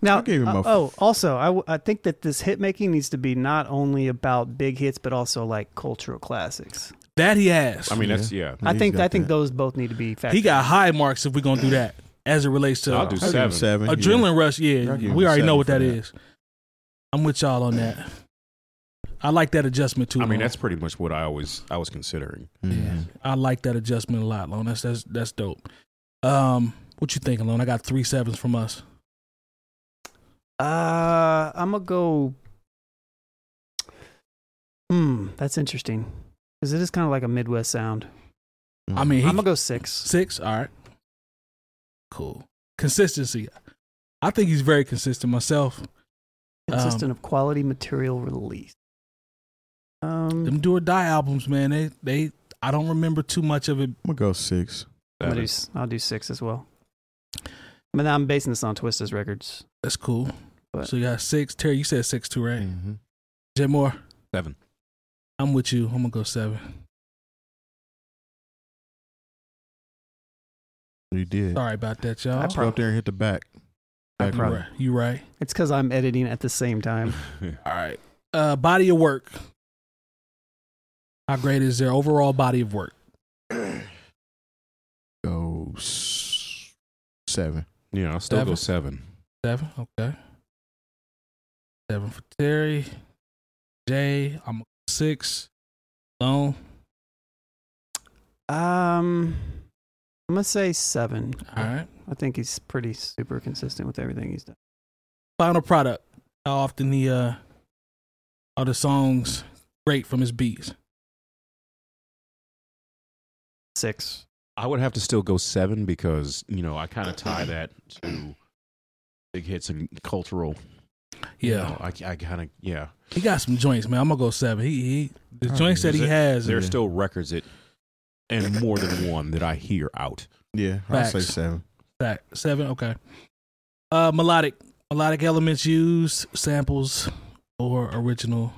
S4: Now,
S5: I'll give him
S4: uh,
S5: a f-
S4: oh, also, I, w- I think that this hit making needs to be not only about big hits, but also like cultural classics.
S2: that he has.
S3: I mean, that's yeah.
S4: I
S5: He's
S4: think
S5: got
S4: I think
S5: that.
S4: those both need to be factored.
S2: he got high marks if we're gonna do that as it relates to
S3: I'll do
S5: I'll give him
S3: seven.
S5: seven. yeah.
S2: Adrenaline Rush, yeah.
S5: I'll give
S2: We
S5: him
S2: already
S5: seven
S2: know what
S5: for
S2: that
S5: that.
S2: is. I'm with y'all on that. I like that adjustment too.
S3: I mean,
S2: Lon.
S3: that's pretty much what I always I was considering.
S2: yeah.
S5: Mhm.
S2: I like that adjustment a lot, Lon. That's that's that's dope. Um, what you thinking, Lon? I got three sevens from us.
S4: Uh, I'm gonna go. Hmm, that's interesting. Because it is kind of like a Midwest sound.
S5: Mhm.
S2: I mean, he,
S4: I'm gonna go six.
S2: six. All right, cool. Consistency. I think he's very consistent myself.
S4: Consistent of quality material release. Um,
S2: Them do or die albums, man. They they. I don't remember too much of it.
S5: I'm gonna go six.
S4: I'm gonna do,
S3: Seven.
S4: s- I'll do six as well. But now I'm basing this on Twista's records.
S2: That's cool.
S4: But-
S2: So you got six. Terry, you said six too, right?
S5: Mhm.
S2: Jay Moore,
S3: Seven.
S2: I'm with you. I'm gonna go seven.
S5: You did.
S2: Sorry about that, y'all.
S4: I
S5: Go up there and hit the back.
S4: I
S5: Back
S2: you
S4: probably-
S5: row.
S2: right. You right.
S4: It's because I'm editing at the same time.
S2: All right. Uh, body of work. How great is their overall body of work?
S5: Go s- seven.
S3: yeah, I'll still go
S2: Seven.
S3: seven.
S2: Seven. Okay. Seven for Terry. Jay, I'm six. Lone.
S4: Um, I'm gonna say seven.
S2: All right.
S4: I think he's pretty super consistent with everything he's done.
S2: Final product. How often the uh are the songs great from his beats?
S4: Six.
S3: I would have to still go seven because you know I kind of tie that to big hits and cultural. you know,
S2: Yeah.
S3: I, I kind of yeah.
S2: He got some joints, man. I'm gonna go seven. He, he the
S5: All
S2: joints
S5: right.
S2: that he
S3: Oh, Is it-
S2: has.
S3: There are
S2: Are,
S5: Yeah.
S3: still records that, and more than one that I hear out.
S5: Yeah, I'll say
S2: Facts.
S5: seven.
S2: that seven. Okay. Uh, melodic, melodic elements used, samples, or original.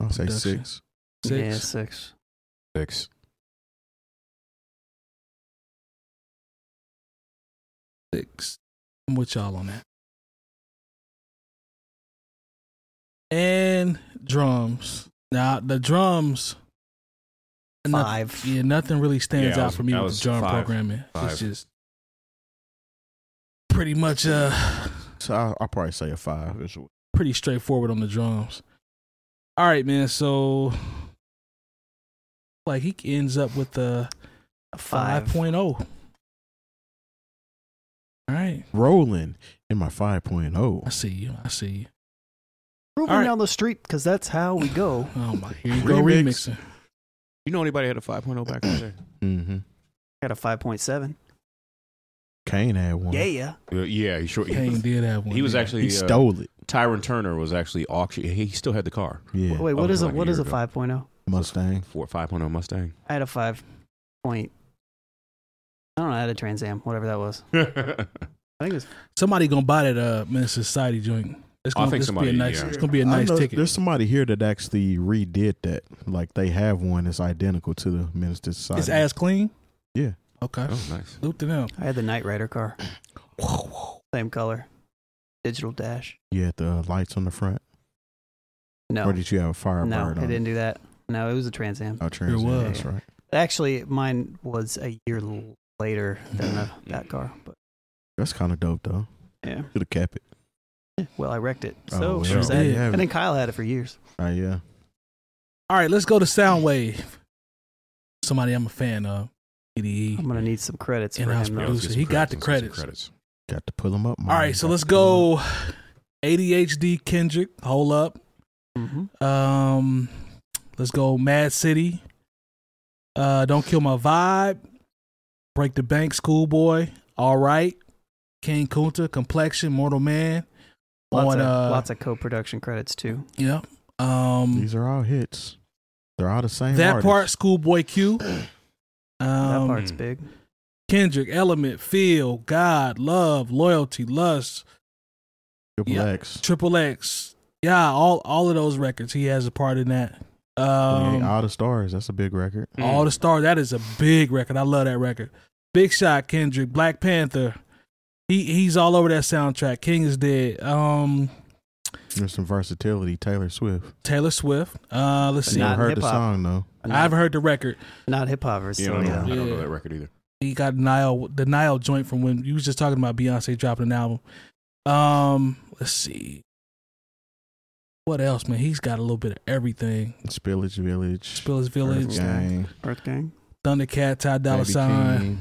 S5: I'll say
S2: Production.
S5: six.
S2: Six.
S4: Yeah, six.
S3: Six.
S2: six. I'm with y'all on that. And drums. Now the drums. noth-
S4: Five.
S2: yeah, nothing really stands
S3: Yeah, I
S2: out
S3: was-
S2: for me
S3: I
S2: with
S3: was
S2: the drum
S3: five.
S2: programming.
S3: Five.
S2: It's just pretty much uh
S5: So I'll, I'll probably say a five. as well.
S2: pretty straightforward on the drums. All right, man. So like he ends up with a
S4: A five.
S2: 5.0. All right.
S5: Rolling in my oh. 5.0.
S2: I see you. I see you.
S4: Moving
S2: All right.
S4: down the street because that's how we go.
S2: Oh my! Here you go
S5: Remix.
S2: remixing.
S3: You know anybody had a 5.0 back there?
S5: Mm-hmm.
S4: Got a five point seven.
S5: Kane had one.
S4: Yeah, yeah.
S3: Uh, yeah, he sure.
S2: Kane
S3: He,
S2: did have one.
S3: he was
S2: yeah.
S5: He
S3: actually uh,
S5: stole it.
S3: Tyron Turner was actually auction. He he still had the car.
S5: Yeah.
S4: Wait, what
S3: Okay,
S4: is a
S3: like a
S4: what
S3: year
S4: is a
S3: ago.
S4: five I
S5: Mustang.
S3: for 5.0 Mustang.
S4: had a five point. I don't know. I had a Trans Am, whatever that was. I think it was
S2: somebody gonna buy that uh Minister Society joint. It's
S3: Oh, I
S2: gonna,
S3: think
S2: this
S3: somebody-
S2: be a nice.
S3: yeah.
S2: It's gonna be a
S5: I
S2: nice
S5: know
S2: ticket.
S5: There's somebody here that actually redid that. Like they have one that's identical to the Minister Society.
S2: It's ass clean.
S5: Yeah.
S2: Okay.
S3: oh, nice.
S2: Salute to them.
S4: I had the Knight Rider car. Same color. Digital dash.
S5: You had the uh, lights on the front,
S4: No.
S5: or did you have a Firebird
S4: No,
S5: on?
S4: I didn't do that. No, it was a Trans Am.
S5: Oh, Trans
S2: It
S5: Am,
S2: was.
S5: That's right.
S4: Actually, mine was a year l- later than the,
S3: Mm.
S4: that car. But
S5: That's kind of dope though.
S4: yeah,
S5: Should have kept it.
S4: well, I wrecked it.
S5: Oh,
S4: So
S5: well,
S4: there's
S5: there
S4: that.
S5: you have
S4: And
S5: it.
S4: then Kyle had it for years.
S5: Oh yeah.
S2: All right, let's go to Soundwave. Somebody I'm a fan of. E.
S4: I'm
S2: EDE.
S4: gonna need some credits for
S2: In-house
S4: him.
S3: Yeah,
S4: though.
S3: let's
S2: Producer,
S3: get
S2: he
S3: some
S2: got the
S3: let's get some
S5: Got to pull them up.
S2: All
S5: man.
S2: right, so
S5: Got
S2: let's
S5: to pull 'em up.
S2: go ADHD Kendrick, hold up.
S4: Mhm.
S2: Um, let's go Mad City. Uh, don't kill my vibe. Break the bank, Schoolboy. All right, King Kunta, Complexion, Mortal Man.
S4: Lots,
S2: on
S4: of,
S2: uh,
S4: lots of co-production credits too.
S2: yeah. Um,
S5: These are all hits. They're all the same.
S2: that
S5: artists.
S2: part, Schoolboy Q.
S4: that
S2: Um,
S4: part's big.
S2: Kendrick, Element, Feel, God, Love, Loyalty, Lust,
S5: Triple
S2: yeah.
S5: X.
S2: Triple X. Yeah, all all of those records he has a part in that. Um,
S5: 28 all the stars. That's a big record.
S3: Mm.
S2: All the Stars. That is a big record. I love that record. Big Shot, Kendrick, Black Panther. He he's all over that soundtrack. King is dead. Um,
S5: There's some versatility. Taylor Swift.
S2: Taylor Swift. Uh, let's
S5: I
S4: But
S2: see.
S5: never
S4: not
S5: heard the
S4: hip-hop.
S5: song though.
S2: I haven't heard the record.
S4: Not hip hoppers.
S3: Yeah, I
S4: so
S3: don't, know,
S4: yeah.
S3: I don't know
S2: Yeah.
S3: that record either.
S2: He got Nile the Nile joint from when you was just talking about Beyonce dropping an album. Um, let's see. What else, man? He's got a little bit of everything.
S5: Spillage Village.
S2: Spillers Village,
S4: Yeah.
S5: Gang.
S4: Earth Gang.
S2: Thundercat, Ty Dolla
S5: Baby
S2: Sign,
S5: Keem.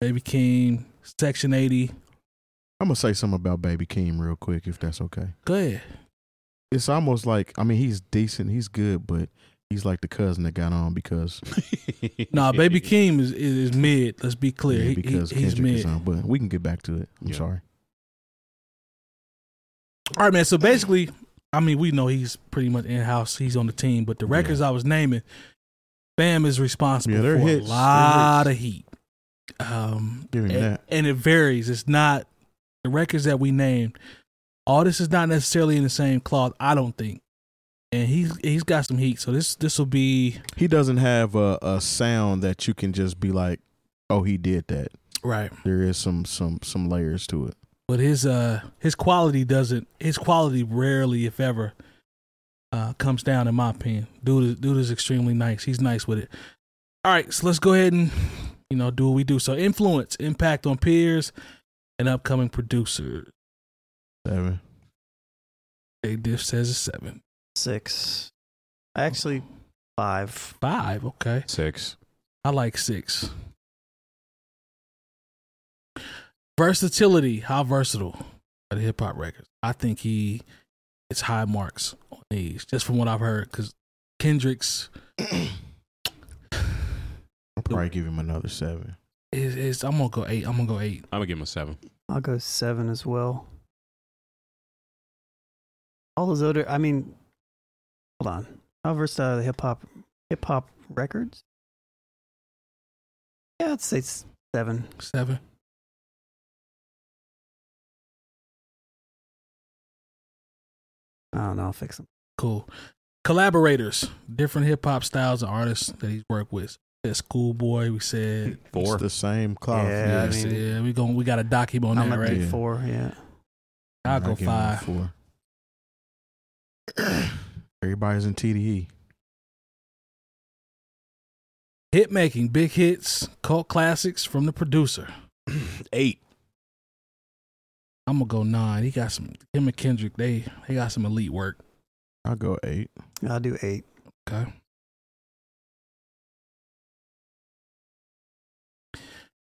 S2: Baby King, Section 80.
S5: I'm gonna say something about Baby Keem real quick, if that's okay.
S2: Go ahead.
S5: It's almost like I mean he's decent, he's good, but he's like the cousin that got on because
S2: Nah, Baby Keem is, is, is mid. Let's be clear.
S5: yeah,
S2: He- he-
S5: because
S2: he's
S5: Kendrick
S2: mid.
S5: is
S2: All
S5: on. But we can get back to it. I'm
S3: Yeah.
S5: sorry.
S2: right, man. So basically, I mean, we know he's pretty much in house. He's on the team, but the records I was naming, Bam is responsible
S5: Yeah, they're
S2: for
S5: hits.
S2: a
S5: They're
S2: lot of heat. Um,
S5: Give him
S2: and,
S5: that.
S2: and it varies. It's not the records that we named. All this is not necessarily in the same cloth. I don't think. And he's he's got some heat. So this this will be
S5: He doesn't have a, a sound that you can just be like, Oh, he did that.
S2: right.
S5: There is some some some layers to it.
S2: but his uh his quality doesn't his quality rarely if ever uh comes down in my opinion dude is, dude is extremely nice he's nice with it all right so let's go ahead and you know do what we do so influence impact on peers and upcoming producers
S5: Seven.
S2: a diff says a seven
S4: Six. Actually, five.
S2: five okay
S3: Six.
S2: i like six versatility how versatile are the hip-hop records i think he it's high marks on these just from what i've heard because kendrick's
S5: I'll probably give him another seven.
S2: is, is I'm gonna go eight. I'm gonna go eight.
S3: I'm gonna give him a seven.
S4: I'll go seven as well. All those other. I mean, hold on. How versatile the hip hop hip hop records? Yeah, I'd say s- seven.
S2: Seven.
S4: I don't know. I'll fix them.
S2: Cool. Collaborators, different hip hop styles and artists that he's worked with. That Schoolboy, we said.
S5: It's the same cloth.
S4: Yeah, I
S2: Yes,
S4: mean-
S2: yeah, we going we got a document on
S4: I'm
S2: that,
S4: gonna
S2: right?
S4: do
S5: Yeah.
S4: four. Yeah.
S2: I'll go
S5: give him a
S2: five.
S5: Four. Everybody's in E. TDE.
S2: Hit making, big hits, cult classics from the producer.
S3: Eight.
S2: I'm gonna go nine. He got some him and Kendrick, they they got some elite work.
S5: I'll go eight.
S4: I'll do eight.
S2: Okay.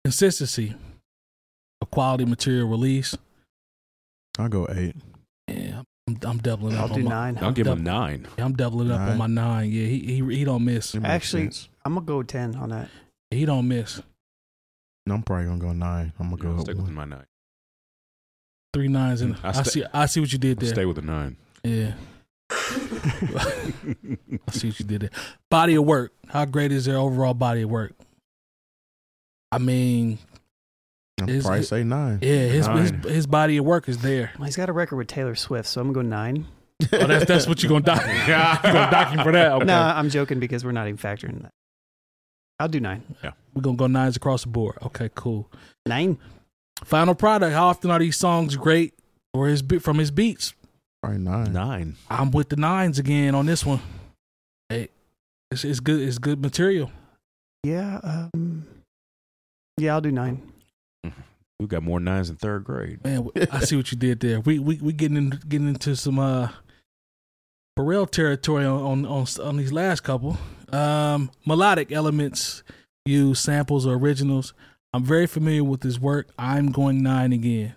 S2: Consistency of quality material release.
S5: I'll go eight.
S2: Yeah, I'm, I'm doubling
S4: I'll
S2: up
S4: do
S2: on my,
S4: nine.
S3: I'll give him a nine.
S2: Yeah, I'm doubling up on
S5: Nine.
S2: my nine. Yeah, he he he don't miss.
S5: It makes
S4: Actually-
S5: sense.
S4: I'm gonna go ten on that.
S2: He don't miss.
S5: No, I'm probably gonna go nine. I'm
S3: Yeah,
S5: gonna
S3: I'll
S5: go
S3: stick
S5: up
S3: with
S5: one.
S3: my nine.
S2: Three nines and
S3: Mm, I
S2: I,
S3: sta-
S2: see I see what you did
S3: I'll
S2: there.
S3: stay with a nine.
S2: Yeah, I see what you did there. Body of work. How great is their overall body of work? I mean,
S5: I'm
S2: Is
S5: probably
S2: it-
S5: say nine.
S2: yeah, his his,
S3: Nine.
S2: his body of work is there.
S4: Well, he's got a record with Taylor Swift, so I'm gonna go nine.
S2: Oh, that's that's what you're gonna dock. you gonna dock him for that? Okay.
S4: No, I'm joking because we're not even factoring that. I'll do nine.
S2: We're gonna go nines across the board. Okay, cool.
S4: Nine.
S2: Final product. How often are these songs great or his be- from his beats?
S5: Probably nine.
S3: nine.
S2: I'm with the nines again on this one. Hey, it's, it's good. It's good material.
S4: Yeah. Um, Yeah, I'll do nine.
S3: We got more nines in third grade.
S2: Man, w- I see what you did there. We we we getting in, getting into some uh Pharrell territory on on on, on these last couple. Um, melodic elements use samples or originals. I'm very familiar with his work. I'm going nine again.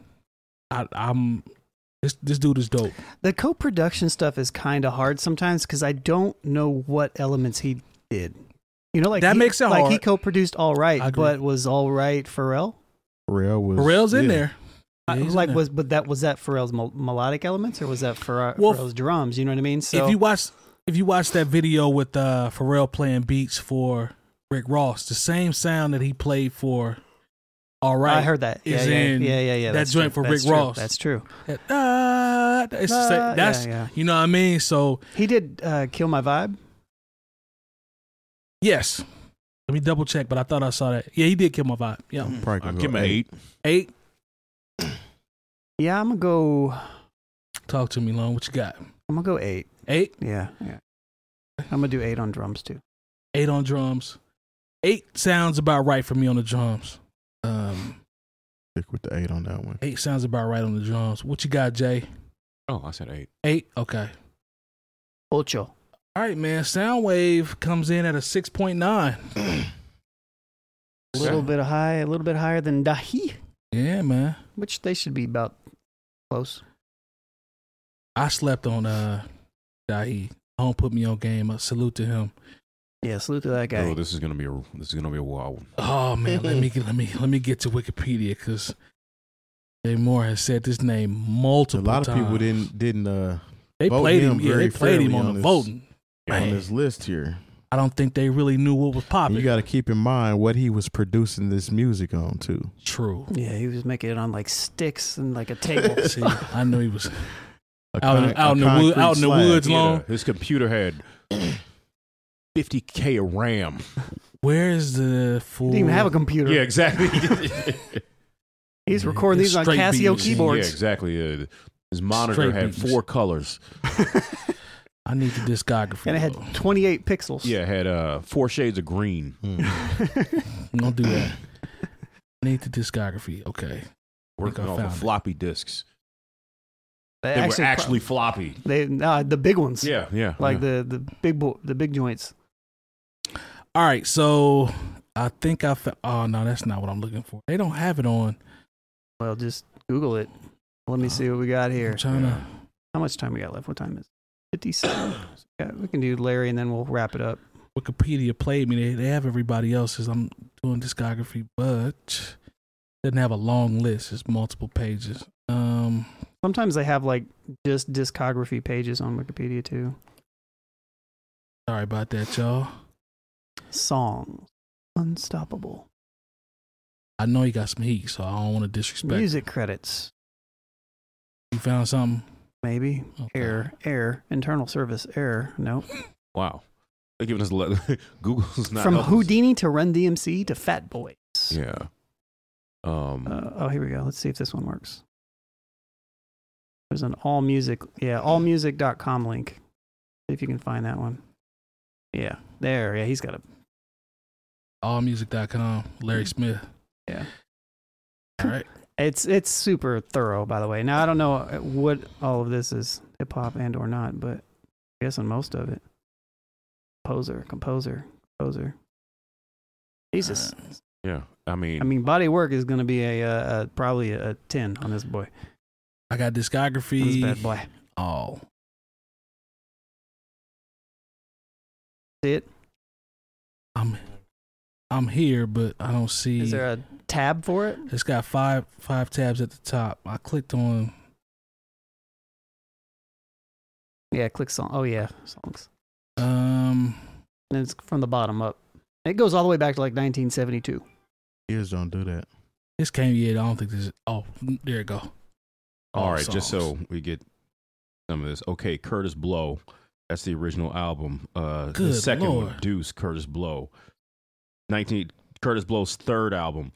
S2: I, I'm this this dude is dope.
S4: The co-production stuff is kind of hard sometimes because I don't know what elements he did. You know, like
S2: That
S4: he,
S2: makes it
S4: like he
S2: hard.
S4: co-produced all
S2: I
S4: right,
S2: agree.
S4: but was all right Pharrell.
S5: Pharrell was
S2: Pharrell's in
S5: yeah.
S2: there.
S4: I-
S2: Yeah, he's in
S4: like
S2: there.
S4: was but that was that Pharrell's mel- melodic elements or was that Pharrell,
S2: Well,
S4: Pharrell's drums? You know what I mean? So
S2: if you watch if you watch that video with uh Pharrell playing beats for Rick Ross, the same sound that he played for All Right.
S4: I heard that. Yeah,
S2: is
S4: yeah,
S2: in
S4: yeah, yeah, yeah.
S2: that
S4: that's
S2: joint
S4: true.
S2: for
S4: That's
S2: Rick
S4: true.
S2: Ross.
S4: That's true.
S2: that, ah, it's the same-
S4: Ah,
S2: that's
S4: yeah, yeah.
S2: you know what I mean. So
S4: He did uh, "Kill My Vibe."
S2: yes, let me double check. But I thought I saw that. Yeah, he did kill my vibe. Yeah,
S4: Mm-hmm.
S5: Probably
S3: I
S5: gonna
S3: Mm. give him
S5: go
S3: an eight.
S2: eight.
S4: Yeah, I'm gonna go.
S2: Talk to me, long. What you got?
S4: I'm gonna go eight.
S2: Eight,
S4: Yeah, yeah. I'm gonna do eight on drums too.
S2: eight on drums. Eight sounds about right for me on the drums. Um,
S5: Stick with the eight on that one.
S2: eight sounds about right on the drums. What you got, Jay?
S3: Oh, I said eight.
S2: Eight. Okay.
S4: Ocho.
S2: All right, man. Soundwave comes in at a six point nine.
S4: A little
S3: Okay.
S4: bit high, a little bit higher than Dahi,
S2: Yeah, man.
S4: which they should be about close.
S2: I slept on uh, Dahi. Home put me on game. I salute to him.
S4: Yeah, salute to that guy.
S3: Oh, this is gonna be a this is gonna be a wild one.
S2: Oh man, let me get let me let me get to Wikipedia because Jay Moore has said this name
S5: A
S2: multiple
S5: lot
S2: times.
S5: of people didn't didn't uh
S2: They
S5: vote
S2: played him.
S5: him
S2: yeah, they
S5: very
S2: played him
S5: fairly
S2: on,
S5: on
S2: the
S5: this.
S2: voting.
S5: on
S2: Man,
S5: this list here.
S2: I don't think they really knew what was
S5: And
S2: popping.
S5: you got to keep in mind what he was producing this music on too.
S2: True.
S4: Yeah, he was making it on like sticks and like a table.
S2: See, I knew he was
S5: A
S2: Out in-
S5: con-
S2: out
S5: a
S2: in the wood-
S5: concrete
S2: out in the
S5: slab.
S2: woods. It's long.
S3: Yeah, His computer had 50k of RAM.
S2: where is the full
S4: Didn't even have a computer.
S3: Yeah, exactly.
S4: He's recording
S2: It's
S4: these on
S2: straight
S4: Casio
S2: beats.
S3: Yeah,
S4: keyboards.
S3: exactly. Uh, his monitor
S2: Straight
S3: had
S2: beats.
S3: four colors.
S2: I need the discography.
S4: And it
S2: though.
S4: had 28 pixels.
S3: Yeah, it had uh, four shades of green.
S5: Mm.
S2: don't do that. I need the discography. Okay.
S3: Working
S2: I
S3: off
S2: found
S3: of
S2: it.
S3: floppy disks.
S4: They
S3: They
S4: actually,
S3: were actually floppy.
S4: they nah, the big ones.
S3: Yeah, yeah.
S4: Like the the big bo- the big joints.
S2: All right. So I think I found. Oh no, that's not what I'm looking for. They don't have it on.
S4: Well, just Google it. Let
S3: Uh,
S4: me see what we got
S2: I'm
S4: here.
S2: trying to.
S4: How much time we got left? What time is? it? 57. yeah, we can do Larry and then we'll wrap it up.
S2: Wikipedia played me. They, they have everybody else's. I'm doing discography, but didn't have a long list. It's multiple pages. Um,
S4: Sometimes they have like just discography pages on Wikipedia too.
S2: sorry about that, y'all.
S4: Songs, Unstoppable,
S2: I know you got some heat, so I don't want to disrespect.
S4: music credits,
S2: You found something.
S4: maybe
S2: Okay.
S4: Air, Air, Internal Service, Air. No,
S3: wow. They're giving us le- Google's not
S4: from
S3: helping us.
S4: Houdini to Run DMC to Fat Boys.
S3: Yeah. Um,
S4: Uh, oh, here we go. Let's see if this one works. There's an all music, yeah, allmusic.com link. See if you can find that one. Yeah, there. Yeah, he's got a
S2: Allmusic.com. Larry Smith.
S4: Yeah.
S2: All right.
S4: It's it's super thorough, by the way. Now I don't know what all of this is hip hop and or not, but I guess on most of it, composer, composer, composer. Jesus,
S3: yeah. I mean,
S4: I mean, body work is going to be a, uh a probably a ten on this boy,
S2: I got
S4: on this bad
S2: discography.
S4: boy.
S2: Oh,
S4: See it?
S2: I'm, I'm here, but I don't see.
S4: Is there a tab for it?
S2: It's got five five tabs at the top. I clicked on.
S4: Yeah, click song. Oh yeah, songs.
S2: Um,
S4: And it's from the bottom up. It goes all the way back to like 1972.
S5: Kids don't do that.
S2: this came yet. I don't think this. Is, oh, there you go.
S3: all right,
S2: songs.
S3: just so we get some of this. Okay, Curtis Blow. That's the original album. Uh, the
S2: Good
S3: second one,
S2: Lord.
S3: Deuce, Curtis Blow. 19, Curtis Blow's third album.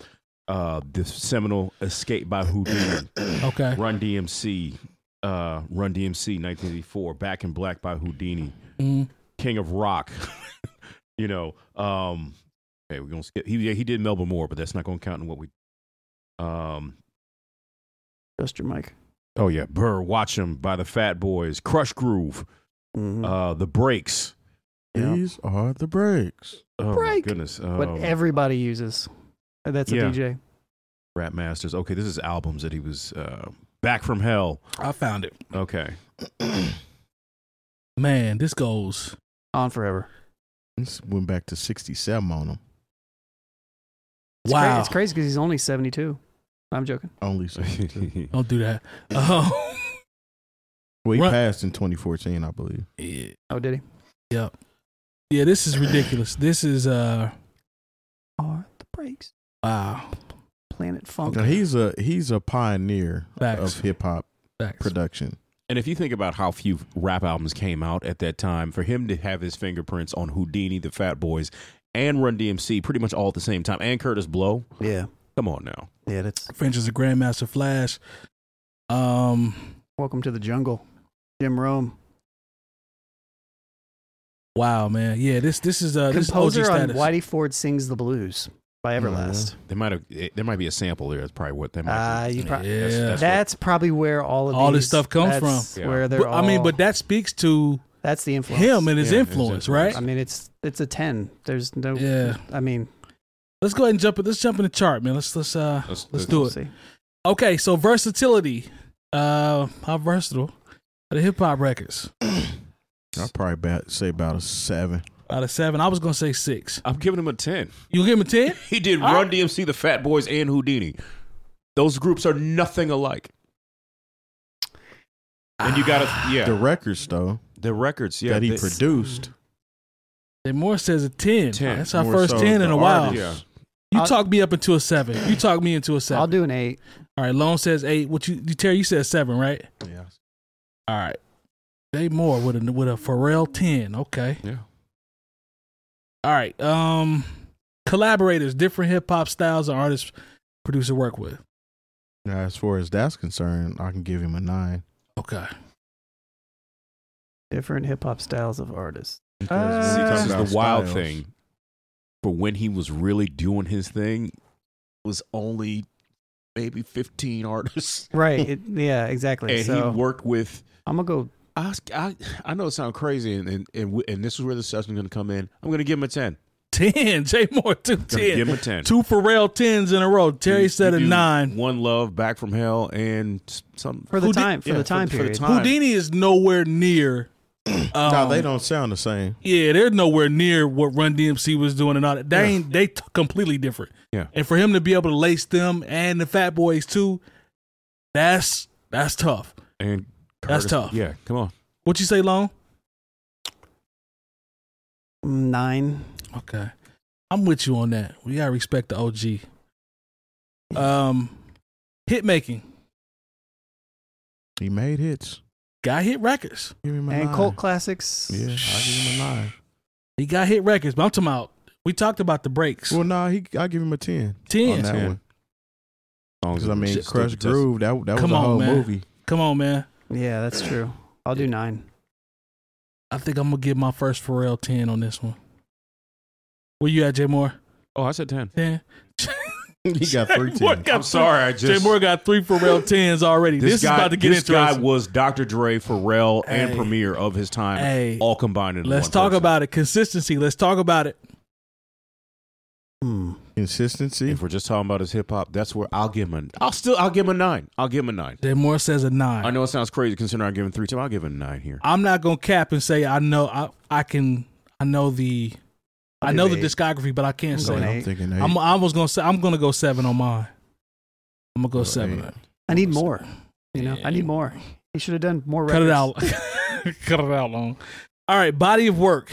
S3: Uh, the seminal Escape by Houdini.
S2: Okay.
S3: Run DMC. Uh, Run DMC, 1984. Back in Black by Houdini.
S2: Mm.
S3: King of Rock. you know, um, Okay, we're gonna skip. He yeah, he did Melba Moore, but that's not gonna count in what we. Um.
S4: Trust your mic.
S3: Oh yeah, Burr, Watch 'em by the Fat Boys, Crush Groove,
S4: Mhm.
S3: uh, the Breaks.
S4: Yeah.
S5: These are the breaks.
S3: Oh
S4: Break.
S3: my goodness. Um,
S4: what everybody uses. Uh, That's a
S3: yeah.
S4: DJ.
S3: Rap Masters. Okay, this is albums that he was uh, back from hell.
S2: I found it.
S3: Okay.
S2: Man, this goes.
S4: On forever.
S5: This went back to 67 on them.
S4: It's cra-
S2: wow.
S4: it's crazy because he's only 72. I'm joking.
S5: Only 62.
S2: Don't do that. Oh.
S5: well, he
S2: Run-
S5: passed in 2014, I believe.
S2: yeah.
S4: Oh, did he?
S2: yeah, this is ridiculous. This is, uh,
S4: Are the breaks.
S2: wow.
S4: Planet Funk.
S5: Now, he's a he's a pioneer
S2: Facts.
S5: of hip hop
S2: Facts.
S5: production.
S3: and if you think about how few rap albums came out at that time, for him to have his fingerprints on Houdini, the Fat Boys, and Run DMC pretty much all at the same time, and Curtis Blow.
S4: Yeah.
S3: Come on now.
S4: Yeah, that's
S2: French is a Grandmaster Flash. Um,
S4: Welcome to the Jungle. Jim Rome.
S2: wow, man. Yeah, this this is uh this is OG
S4: Composer on
S2: status.
S4: Whitey Ford Sings the Blues by Everlast.
S3: There might have eh, there might be a sample there. That's probably what they might.
S4: Uh,
S3: be.
S4: you
S2: yeah.
S4: probably.
S3: That's-
S4: That's,
S3: what-
S4: probably where all of
S2: All this
S4: these-
S2: stuff comes
S4: that's
S3: from. Yeah.
S4: Where they're
S2: But, I mean,
S4: all-
S2: but that speaks to
S4: that's the influence.
S2: him and his
S3: Yeah, his influence.
S2: influence, right?
S4: I mean, it's it's a ten. There's no.
S2: Yeah.
S4: I mean,
S2: Let's go ahead and jump. Let's jump in the chart, man. Let's let's uh
S3: Let's-
S2: let's
S3: let's-
S2: do
S4: we'll
S2: it.
S4: see.
S2: Okay, so versatility. Uh, how versatile are the hip hop records?
S5: I'll probably about, say about a seven.
S2: Out of seven, I was gonna say six.
S3: I'm giving him a ten.
S2: You give him a ten?
S3: He did
S2: All
S3: Run
S2: right.
S3: DMC, the Fat Boys, and Houdini. Those groups are nothing alike. And you got to yeah
S5: The records though
S3: the records yeah
S5: that he
S3: they-
S5: produced.
S2: Then Moore says a ten.
S3: 10,
S2: That's our
S5: more
S2: first
S5: so
S2: ten in
S5: the
S2: a while.
S3: Yeah.
S5: artists.
S2: You
S4: I'll-
S2: talk me up into a seven. You talk me into a
S4: I'll
S2: seven.
S4: do an eight.
S2: All right, Lone says eight. What you, you Terry? You said seven, right?
S5: Yeah.
S2: All right. Dave Moore with a with a Pharrell ten. Okay.
S3: Yeah.
S2: All right. Um, collaborators, different hip hop styles and artists producer work with.
S5: Now, as far as that's concerned, I can give him a nine.
S2: Okay.
S4: Different hip hop styles of artists.
S5: Because
S4: Uh,
S5: when
S3: this
S5: we talk
S3: is
S5: about
S3: the wild
S5: styles,
S3: thing. For when he was really doing his thing, was only maybe 15 artists,
S4: Right. it- yeah. Exactly.
S3: and
S4: so
S3: he worked with.
S4: I'm gonna go.
S3: I, I, I know it sounds crazy, and and, and we- and this is where the session's going to come in. I'm going to give him a 10.
S2: Ten. Jay Moore two
S3: Gonna Give
S2: ten.
S3: him a 10.
S2: Two Pharrell tens in a row. Terry
S3: You-
S2: said
S3: you
S2: a
S3: do
S2: nine.
S3: One Love, Back from Hell, and s- some
S4: For the
S2: Who did-
S4: time. For
S3: yeah,
S4: the time
S3: for the
S4: period.
S3: time.
S2: Houdini is nowhere near. um,
S5: no, they don't sound the same.
S2: Yeah, they're nowhere near what Run DMC was doing and all that. They ain't they t- completely different.
S3: Yeah.
S2: and for him to be able to lace them and the Fat Boys too, that's that's tough.
S3: and
S2: That's
S3: Curtis-
S2: tough.
S3: Yeah, come on.
S2: What you say, Long?
S4: Nine.
S2: Okay, I'm with you on that. We gotta respect the OG. Um, hit making,
S5: He made hits.
S2: got hit records.
S5: Give him a
S4: And
S5: nine.
S4: cult classics.
S5: Yeah, I give him a nine.
S2: He got hit records, but I'm talking about. We talked about the breaks.
S5: Well, nah, he I give him a ten on
S2: Ten.
S5: that
S3: 10.
S5: one.
S3: Songs
S5: Because I
S3: that
S5: mean,
S3: stood the
S5: Crush
S3: test.
S5: Groove that that was
S2: Come
S5: a
S2: on,
S5: whole
S2: man.
S5: movie.
S2: Come on, man.
S4: Yeah, that's true. I'll do nine.
S2: I think I'm gonna give my first Pharrell ten on this one. Where you at, Jay Moore?
S3: Oh, I said 10.
S2: Ten.
S5: He got three
S2: Jay Moore
S5: tens.
S2: got
S3: I'm sorry. I
S2: Jay
S3: just.
S2: Moore got three Pharrell tens already. This,
S3: guy,
S2: is about to get
S3: this guy
S2: interesting.
S3: was Dr. Dre, Pharrell, and
S2: Hey.
S3: Premier of his time,
S2: Hey.
S3: all combined. Into
S2: Let's
S3: one
S2: talk
S3: person.
S2: about it. Consistency. Let's talk about it.
S4: Hmm.
S5: Consistency.
S3: If we're just talking about his hip hop, that's where I'll give him. A, I'll still. I'll give him a nine. I'll give him a nine.
S2: Jay Moore says a
S3: I
S2: nine.
S3: know it sounds crazy considering I'm giving three to. I'll give him a nine here.
S2: I'm not gonna cap and say I know I I can I know the I
S4: I'll do
S2: know the
S4: eight.
S2: discography, but I can't
S4: I'm
S2: say
S4: going
S2: it.
S5: I'm
S4: eight.
S5: thinking eight.
S2: I'm I was gonna say I'm gonna go seven on mine. I'm gonna go
S5: Oh,
S2: seven.
S5: eight.
S4: I need more. You know, I
S2: Yeah.
S4: need more. He should have done more.
S2: Cut
S4: Records.
S2: it out. Cut it out long. All right, body of work.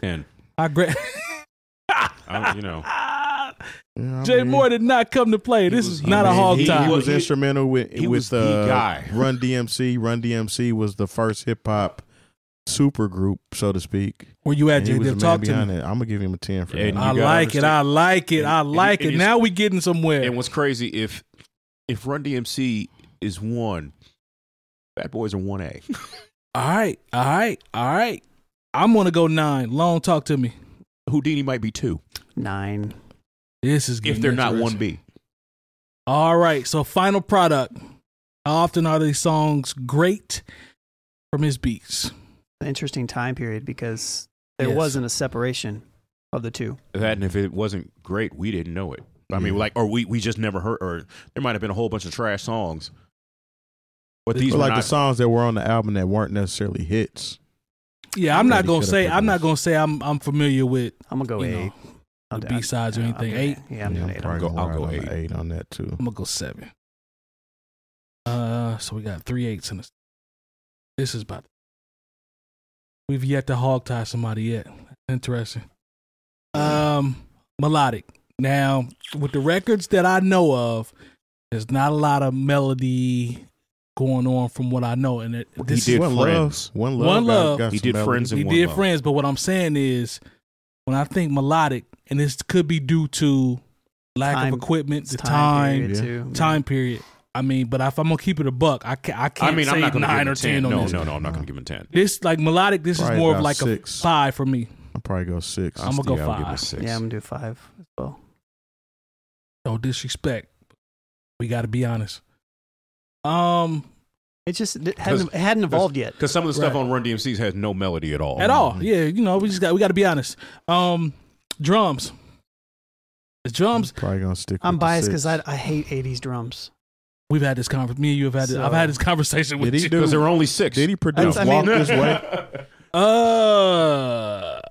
S3: Ten.
S2: I gra-
S3: I, you know,
S5: Yeah, I
S2: Jay
S5: mean,
S2: Moore did not come to play.
S3: He
S2: This
S3: was-
S2: is
S3: he
S2: not a
S3: was-
S2: hog
S5: He,
S2: time.
S5: he was
S3: He-
S5: instrumental with
S3: he
S5: with
S3: was the
S5: uh,
S3: guy.
S5: Run DMC. Run DMC was the first hip hop super group, so to speak.
S2: Where you at,
S5: And he
S2: Jay
S5: was
S2: Dip?
S5: the
S2: Talk
S5: man
S2: to
S5: behind
S2: me.
S5: it. I'm gonna give him a ten for
S3: And
S5: that.
S2: I
S3: You gotta
S2: like it.
S3: understand-
S2: I like it.
S3: and-
S2: I
S3: and-
S2: like
S3: and
S2: it.
S3: it's-
S2: Now we getting somewhere.
S3: and what's crazy if if Run DMC is one, Bad Boys are one A.
S2: all right, all right, all right. I'm gonna go nine. Long talk to me.
S3: Houdini might be two
S4: Nine.
S2: This is
S3: if
S2: getting
S3: they're not
S2: interesting.
S3: one B.
S2: All right, so final product. How often are these songs great from his beats?
S4: An interesting time period because there
S2: Yes.
S4: wasn't a separation of the two.
S3: That and if it wasn't great, we didn't know it. I mean,
S5: Yeah.
S3: like, or we we just never heard, or there might have been a whole bunch of trash songs. But
S2: But
S3: these
S5: But
S3: were
S5: like the
S3: not-
S5: songs that were on the album that weren't necessarily hits.
S2: Yeah, I'm
S5: Yeah,
S2: not
S5: they
S2: gonna
S5: should've
S2: say
S5: put
S2: I'm
S5: those.
S2: not gonna say I'm I'm familiar with
S4: I'm gonna go
S2: You know,
S4: eight. I'll
S2: the
S4: do- I-
S2: B-sides or
S4: yeah, I'll
S2: anything.
S4: do
S2: Eight?
S4: that. Yeah, I'm doing
S5: I'm
S4: eight.
S5: probably
S3: go-
S5: gonna
S3: I'll
S5: ride
S3: go
S5: on
S3: eight.
S5: the eight on that too.
S2: I'm gonna go seven. Uh, so we got three eights in this. This is about. We've yet to hog tie somebody yet. Interesting. Um, melodic. Now, with the records that I know of, there's not a lot of melody going on from what I know, and it, this
S3: did
S5: one
S3: Friends.
S5: love, one love,
S2: One
S5: got-
S2: Love.
S5: got
S3: He
S5: some
S3: did
S5: melody.
S3: Friends and
S2: He
S3: One
S2: did
S3: Love.
S2: friends, but what I'm saying is, when I think melodic, and this could be due to lack
S4: Time-
S2: of equipment,
S4: It's
S2: the time,
S4: period,
S5: yeah.
S4: too.
S2: time period. I mean, but if I'm gonna keep it a buck, I can't. I
S3: I
S2: can't
S3: mean,
S2: say
S3: I'm not going to give
S2: nine
S3: him
S2: or
S3: a
S2: ten,
S3: ten.
S2: on
S3: No,
S2: this.
S3: no, no, I'm not going to give him a ten.
S2: This like melodic. This
S5: Probably
S2: is more of
S5: about
S2: like
S5: six.
S2: a five for me.
S5: I'll probably go six.
S2: I'm gonna go
S3: Yeah, I'll give him a
S2: five.
S3: six.
S4: Yeah, I'm gonna do five as well.
S2: No disrespect. We got to be honest. Um,
S4: It just it
S3: 'Cause-
S4: hadn't, it hadn't evolved yet.
S3: Because some of the stuff
S2: Right.
S3: on Run DMC's has no melody at all.
S2: at all, yeah. You know, we just got we got to be honest. Um, drums. The drums.
S5: Probably gonna stick.
S4: I'm
S5: with the
S4: biased
S5: six.
S4: because I, I hate 80s drums.
S2: We've had this conversation. Me and you have had. this, I've
S4: So-
S2: had this conversation with
S5: Did he
S2: you.
S5: do-
S3: Because there are only six.
S5: did he produce
S4: I mean-
S5: Walk This Way.
S2: Uh,
S4: I'm,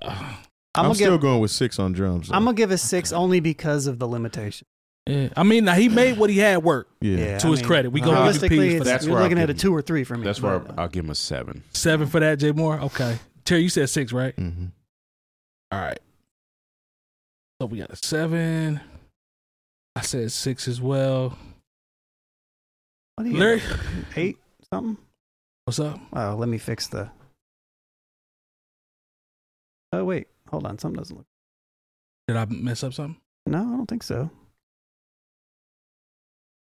S5: I'm,
S4: gonna
S5: still
S4: give
S5: going with six on drums. though.
S4: I'm gonna give a six only because of the limitation.
S2: yeah. I mean, now he made what he had work.
S5: yeah.
S4: Yeah,
S2: To
S4: I
S2: his
S4: mean,
S2: credit, we gonna give you P's
S4: realistically,
S2: for
S4: it's,
S3: that.
S4: you're
S3: That's where
S4: looking
S3: I'll
S4: at a
S3: give
S4: two or three for me.
S3: That's where
S4: but-
S3: I'll, I'll give him a seven.
S2: Seven for that, Jay Moore. Okay, Terry, you said six, right?
S5: Mhm.
S2: All right. So we got a seven. I said six as well.
S4: What do you-
S2: Larry,
S4: eight something.
S2: what's up?
S4: Oh, let me fix the. Oh wait, hold on. Something doesn't look.
S2: Did I mess up something?
S4: No, I don't think so.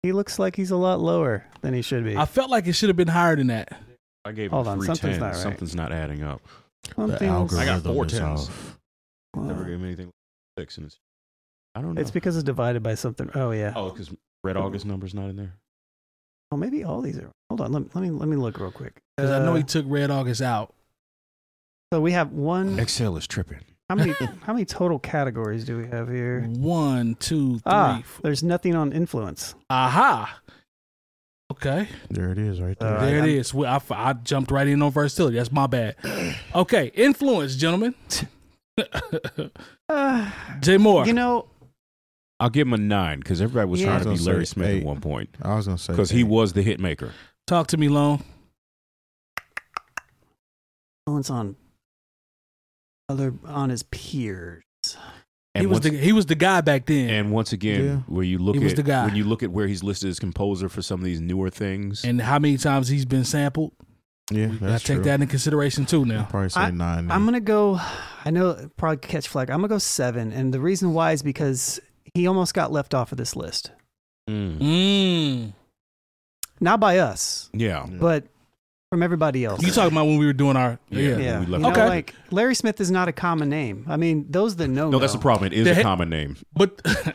S4: He looks like he's a lot lower than he should be.
S2: I felt like it should have been higher than that.
S3: I gave
S4: Hold
S3: him
S4: on,
S3: three
S4: something's
S3: tens.
S4: not right.
S3: Something's not adding up.
S5: The
S4: Something was-
S5: algorithm
S3: I got four
S5: is
S3: tens.
S5: off.
S3: Never
S4: well,
S3: gave him anything six, and it's I don't know.
S4: it's because it's divided by something. Oh yeah.
S3: oh, because Red August number's not in there.
S4: Oh, maybe all these are. Hold on. Let me let me, let me look real quick.
S2: Because I know
S4: Uh,
S2: he took Red August out.
S4: so we have one.
S3: Excel is tripping.
S4: How many how many total categories do we have here?
S2: One, two, three.
S4: Ah,
S2: f-
S4: there's nothing on influence.
S2: Aha. Okay.
S5: There it is, right
S4: All
S5: there.
S4: right,
S2: there it
S4: I'm-
S2: is. Well, I f I I, jumped right in on versatility. That's my bad. Okay. Influence, gentlemen.
S4: Uh,
S2: Jay Moore.
S4: you know,
S3: I'll give him a nine because everybody was
S4: Yeah.
S3: trying to
S5: I
S3: be
S5: was gonna
S3: Larry
S5: say
S3: Smith at
S5: eight.
S3: one point
S5: I was gonna say
S3: because he
S5: eight.
S3: was the hit maker.
S2: talk to me, Lone.
S4: influence on other on his peers.
S3: And
S2: he was
S3: once,
S2: the he was the guy back then.
S3: and once again,
S5: Yeah.
S3: where you look
S2: He was
S3: at
S2: the guy.
S3: when you look at where he's listed as composer for some of these newer things,
S2: and how many times he's been sampled.
S5: Yeah,
S2: I
S5: that's
S2: take
S5: true.
S2: that into consideration too
S5: I'd
S2: now.
S5: Probably say
S3: Mm.
S5: nine.
S4: I'm gonna go. I know probably catch flag. I'm gonna go seven, and the reason why is because he almost got left off of this list,
S3: Mm.
S2: Mm.
S4: not by us,
S3: yeah,
S4: but from everybody else.
S2: You talking about when we were doing our
S3: Yeah.
S2: yeah.
S4: yeah,
S3: we left
S4: you know,
S2: Okay.
S4: like Larry Smith is not a common name. I mean, those that know,
S3: no, that's
S4: know.
S3: the problem. It is
S2: Oh, The
S3: a
S2: hit-
S3: common name.
S2: But I see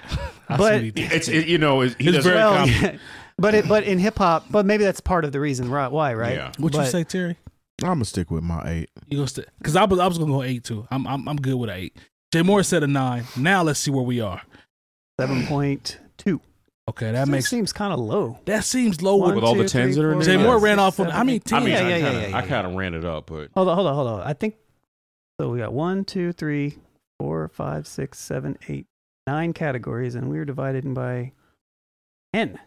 S4: But-
S2: what he did.
S3: It's it, you know it, he
S2: It's
S3: doesn't-
S2: very
S4: Well,
S2: common.
S4: but it, but in hip hop, but maybe that's part of the reason right, why, right?
S3: Yeah.
S2: what you
S4: But-
S2: say, Terry?
S5: I'm gonna stick with my eight.
S2: You gonna stay? Because I was I was gonna go eight too. I'm I'm, I'm good with an eight. Jay Moore said a nine. Now let's see where we are.
S4: Seven point two.
S2: Okay,
S4: That
S2: that makes
S4: seems kind of low.
S2: that seems low.
S4: One,
S2: with-
S3: With all the
S4: two,
S3: tens
S4: three,
S3: that are in
S4: four,
S3: there?
S2: Jay
S4: five,
S2: Moore
S4: six,
S2: ran off on
S4: seven,
S2: how many
S4: eight.
S2: tens?
S3: I mean,
S4: Yeah,
S3: I
S4: yeah,
S3: kinda,
S4: yeah, yeah,
S3: I
S4: yeah.
S3: kind of ran it up, but
S4: Hold on, hold on, hold on. I think so. We got one, two, three, four, five, six, seven, eight, nine categories, and we were divided in by ten.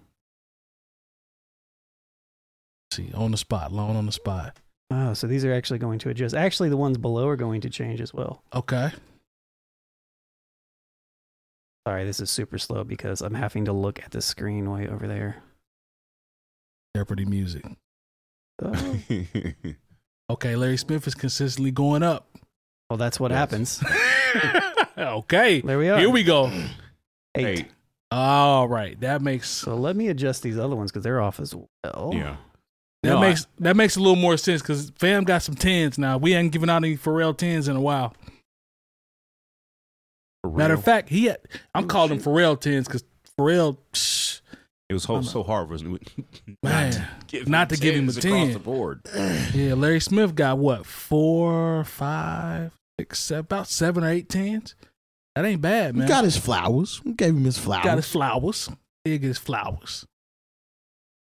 S2: See, on the spot, long on the spot.
S4: Oh, so these are actually going to adjust. Actually, the ones below are going to change as well.
S2: Okay,
S4: Sorry, this is super slow because I'm having to look at the screen way over there.
S2: Jeopardy music.
S4: Oh,
S2: Okay, Larry Smith is consistently going up.
S4: well, that's what
S3: Yes.
S4: happens.
S2: okay,
S4: There we are.
S2: here we go.
S4: Eight.
S3: Eight.
S2: All right, that makes
S4: So let me adjust these other ones because they're off as well.
S3: yeah,
S2: That
S3: No, I-
S2: makes that makes a little more sense because fam got some tens now. We ain't given out any Pharrell tens in a while. Matter of fact, he had
S3: Oh,
S2: I'm calling him Pharrell tens because Pharrell, psh,
S3: it was ho- so hard, wasn't it?
S2: man, Not to give him a
S3: tens across
S2: 10.
S3: the board.
S2: yeah, Larry Smith got what four, five, six, seven, about seven or eight tens. That ain't bad,
S5: We
S2: man.
S5: got his flowers. We gave him his flowers.
S2: Got his flowers. He get his flowers.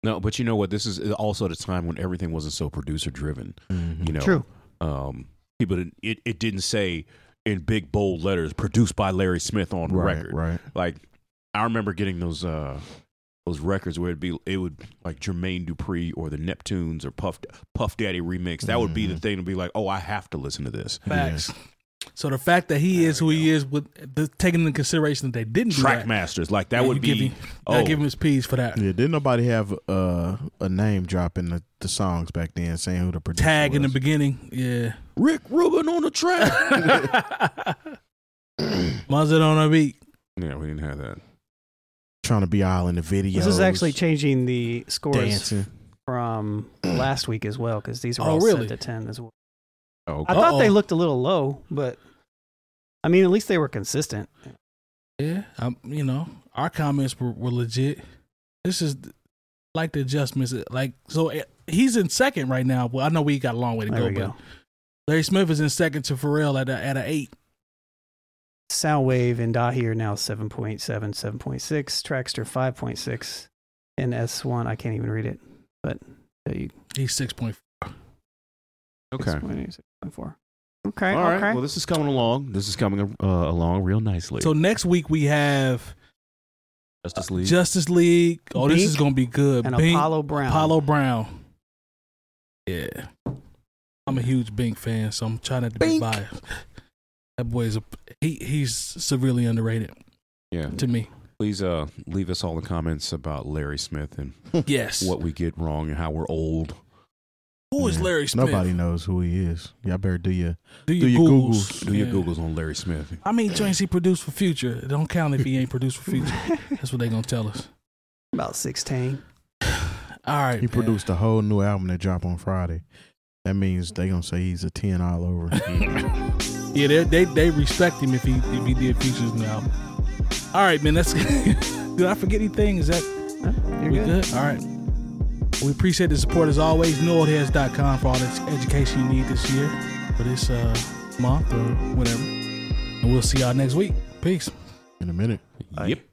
S3: No, but you know what? This is also at a time when everything wasn't so producer driven.
S5: Mm-hmm.
S3: You know,
S4: True.
S3: Um, people didn't. It, it didn't say in big bold letters produced by Larry Smith on
S5: right,
S3: record.
S5: right.
S3: Like I remember getting those uh those records where it'd be it would like Jermaine Dupri or the Neptunes or Puff Puff Daddy remix. That would be the
S2: Mm-hmm.
S5: Mhm.
S3: thing to be like, oh, I have to listen to this.
S2: Facts. So the fact that he is who he is, with the, taking into consideration that they didn't do
S3: Track
S2: that,
S3: masters like that
S2: Yeah,
S3: would
S2: you
S3: be.
S2: give him,
S3: oh,
S2: gotta give him his peas for that.
S5: Yeah, didn't nobody have uh, a name drop in the, the songs back then saying who the producer
S2: Tag in the
S5: was?
S2: beginning, yeah.
S3: Rick Rubin on the track.
S2: Muzzle on a beat.
S3: yeah, we didn't have that.
S5: trying to be all in the video.
S4: This is actually changing the scores
S5: dancing.
S4: from last week as well because these were
S2: Oh,
S4: all
S2: really?
S4: set to ten as well.
S3: Oh,
S4: I thought they
S2: Uh-oh.
S4: looked a little low, but I mean, at least they were consistent.
S2: Yeah, um, you know, our comments were, were legit. This is like the adjustments. Like, so eh, he's in second right now. Well, I know we got a long way to
S4: There
S2: go,
S4: we
S2: but
S4: go.
S2: Larry Smith is in second to Pharrell at a, at a eight.
S4: Soundwave and Dahi are now 7.7, 7.6, Trackster 5.6, and S1, I can't even read it, but there you
S2: He's six point.
S3: okay.
S4: 6.8, 6.4. Okay,
S3: All right.
S4: okay.
S3: Well, this is coming along. This is coming uh, along real nicely.
S2: So next week we have
S3: Justice League.
S2: Justice League. Oh, this is
S4: Bink
S2: gonna be good.
S4: and
S2: Bink,
S4: Apollo Brown.
S2: Apollo Brown. Yeah, I'm a huge Bink fan, so I'm trying not to be
S5: Bink.
S2: biased. That boy is a he. He's severely underrated
S3: yeah.
S2: to me.
S3: Please uh, leave us all the comments about Larry Smith and
S2: Yes.
S3: what we get wrong and how we're old.
S2: Who is
S5: Yeah.
S2: Larry Smith?
S5: Nobody knows who he is. Y'all better do your
S2: Do
S5: do
S2: your
S5: your
S2: Googles.
S5: Googles.
S3: Do your
S2: Yeah.
S3: Googles on Larry Smith.
S2: How many joints he produced for Future? It don't count if he ain't produced for Future. That's what they gonna tell us.
S4: About 16.
S2: All right. man.
S5: He produced a whole new album that dropped on Friday. That means they gonna say he's a ten all over.
S2: Yeah, they, they they respect him if he if he did Future's new album. All right, man. That's did I forget anything? Is that
S4: Huh? You're
S2: we
S4: good.
S2: good? All right. We appreciate the support as always. NewOldHeads.com for all the education you need this year, for this uh, month or whatever. And we'll see y'all next week. Peace.
S5: In a minute.
S3: Yep.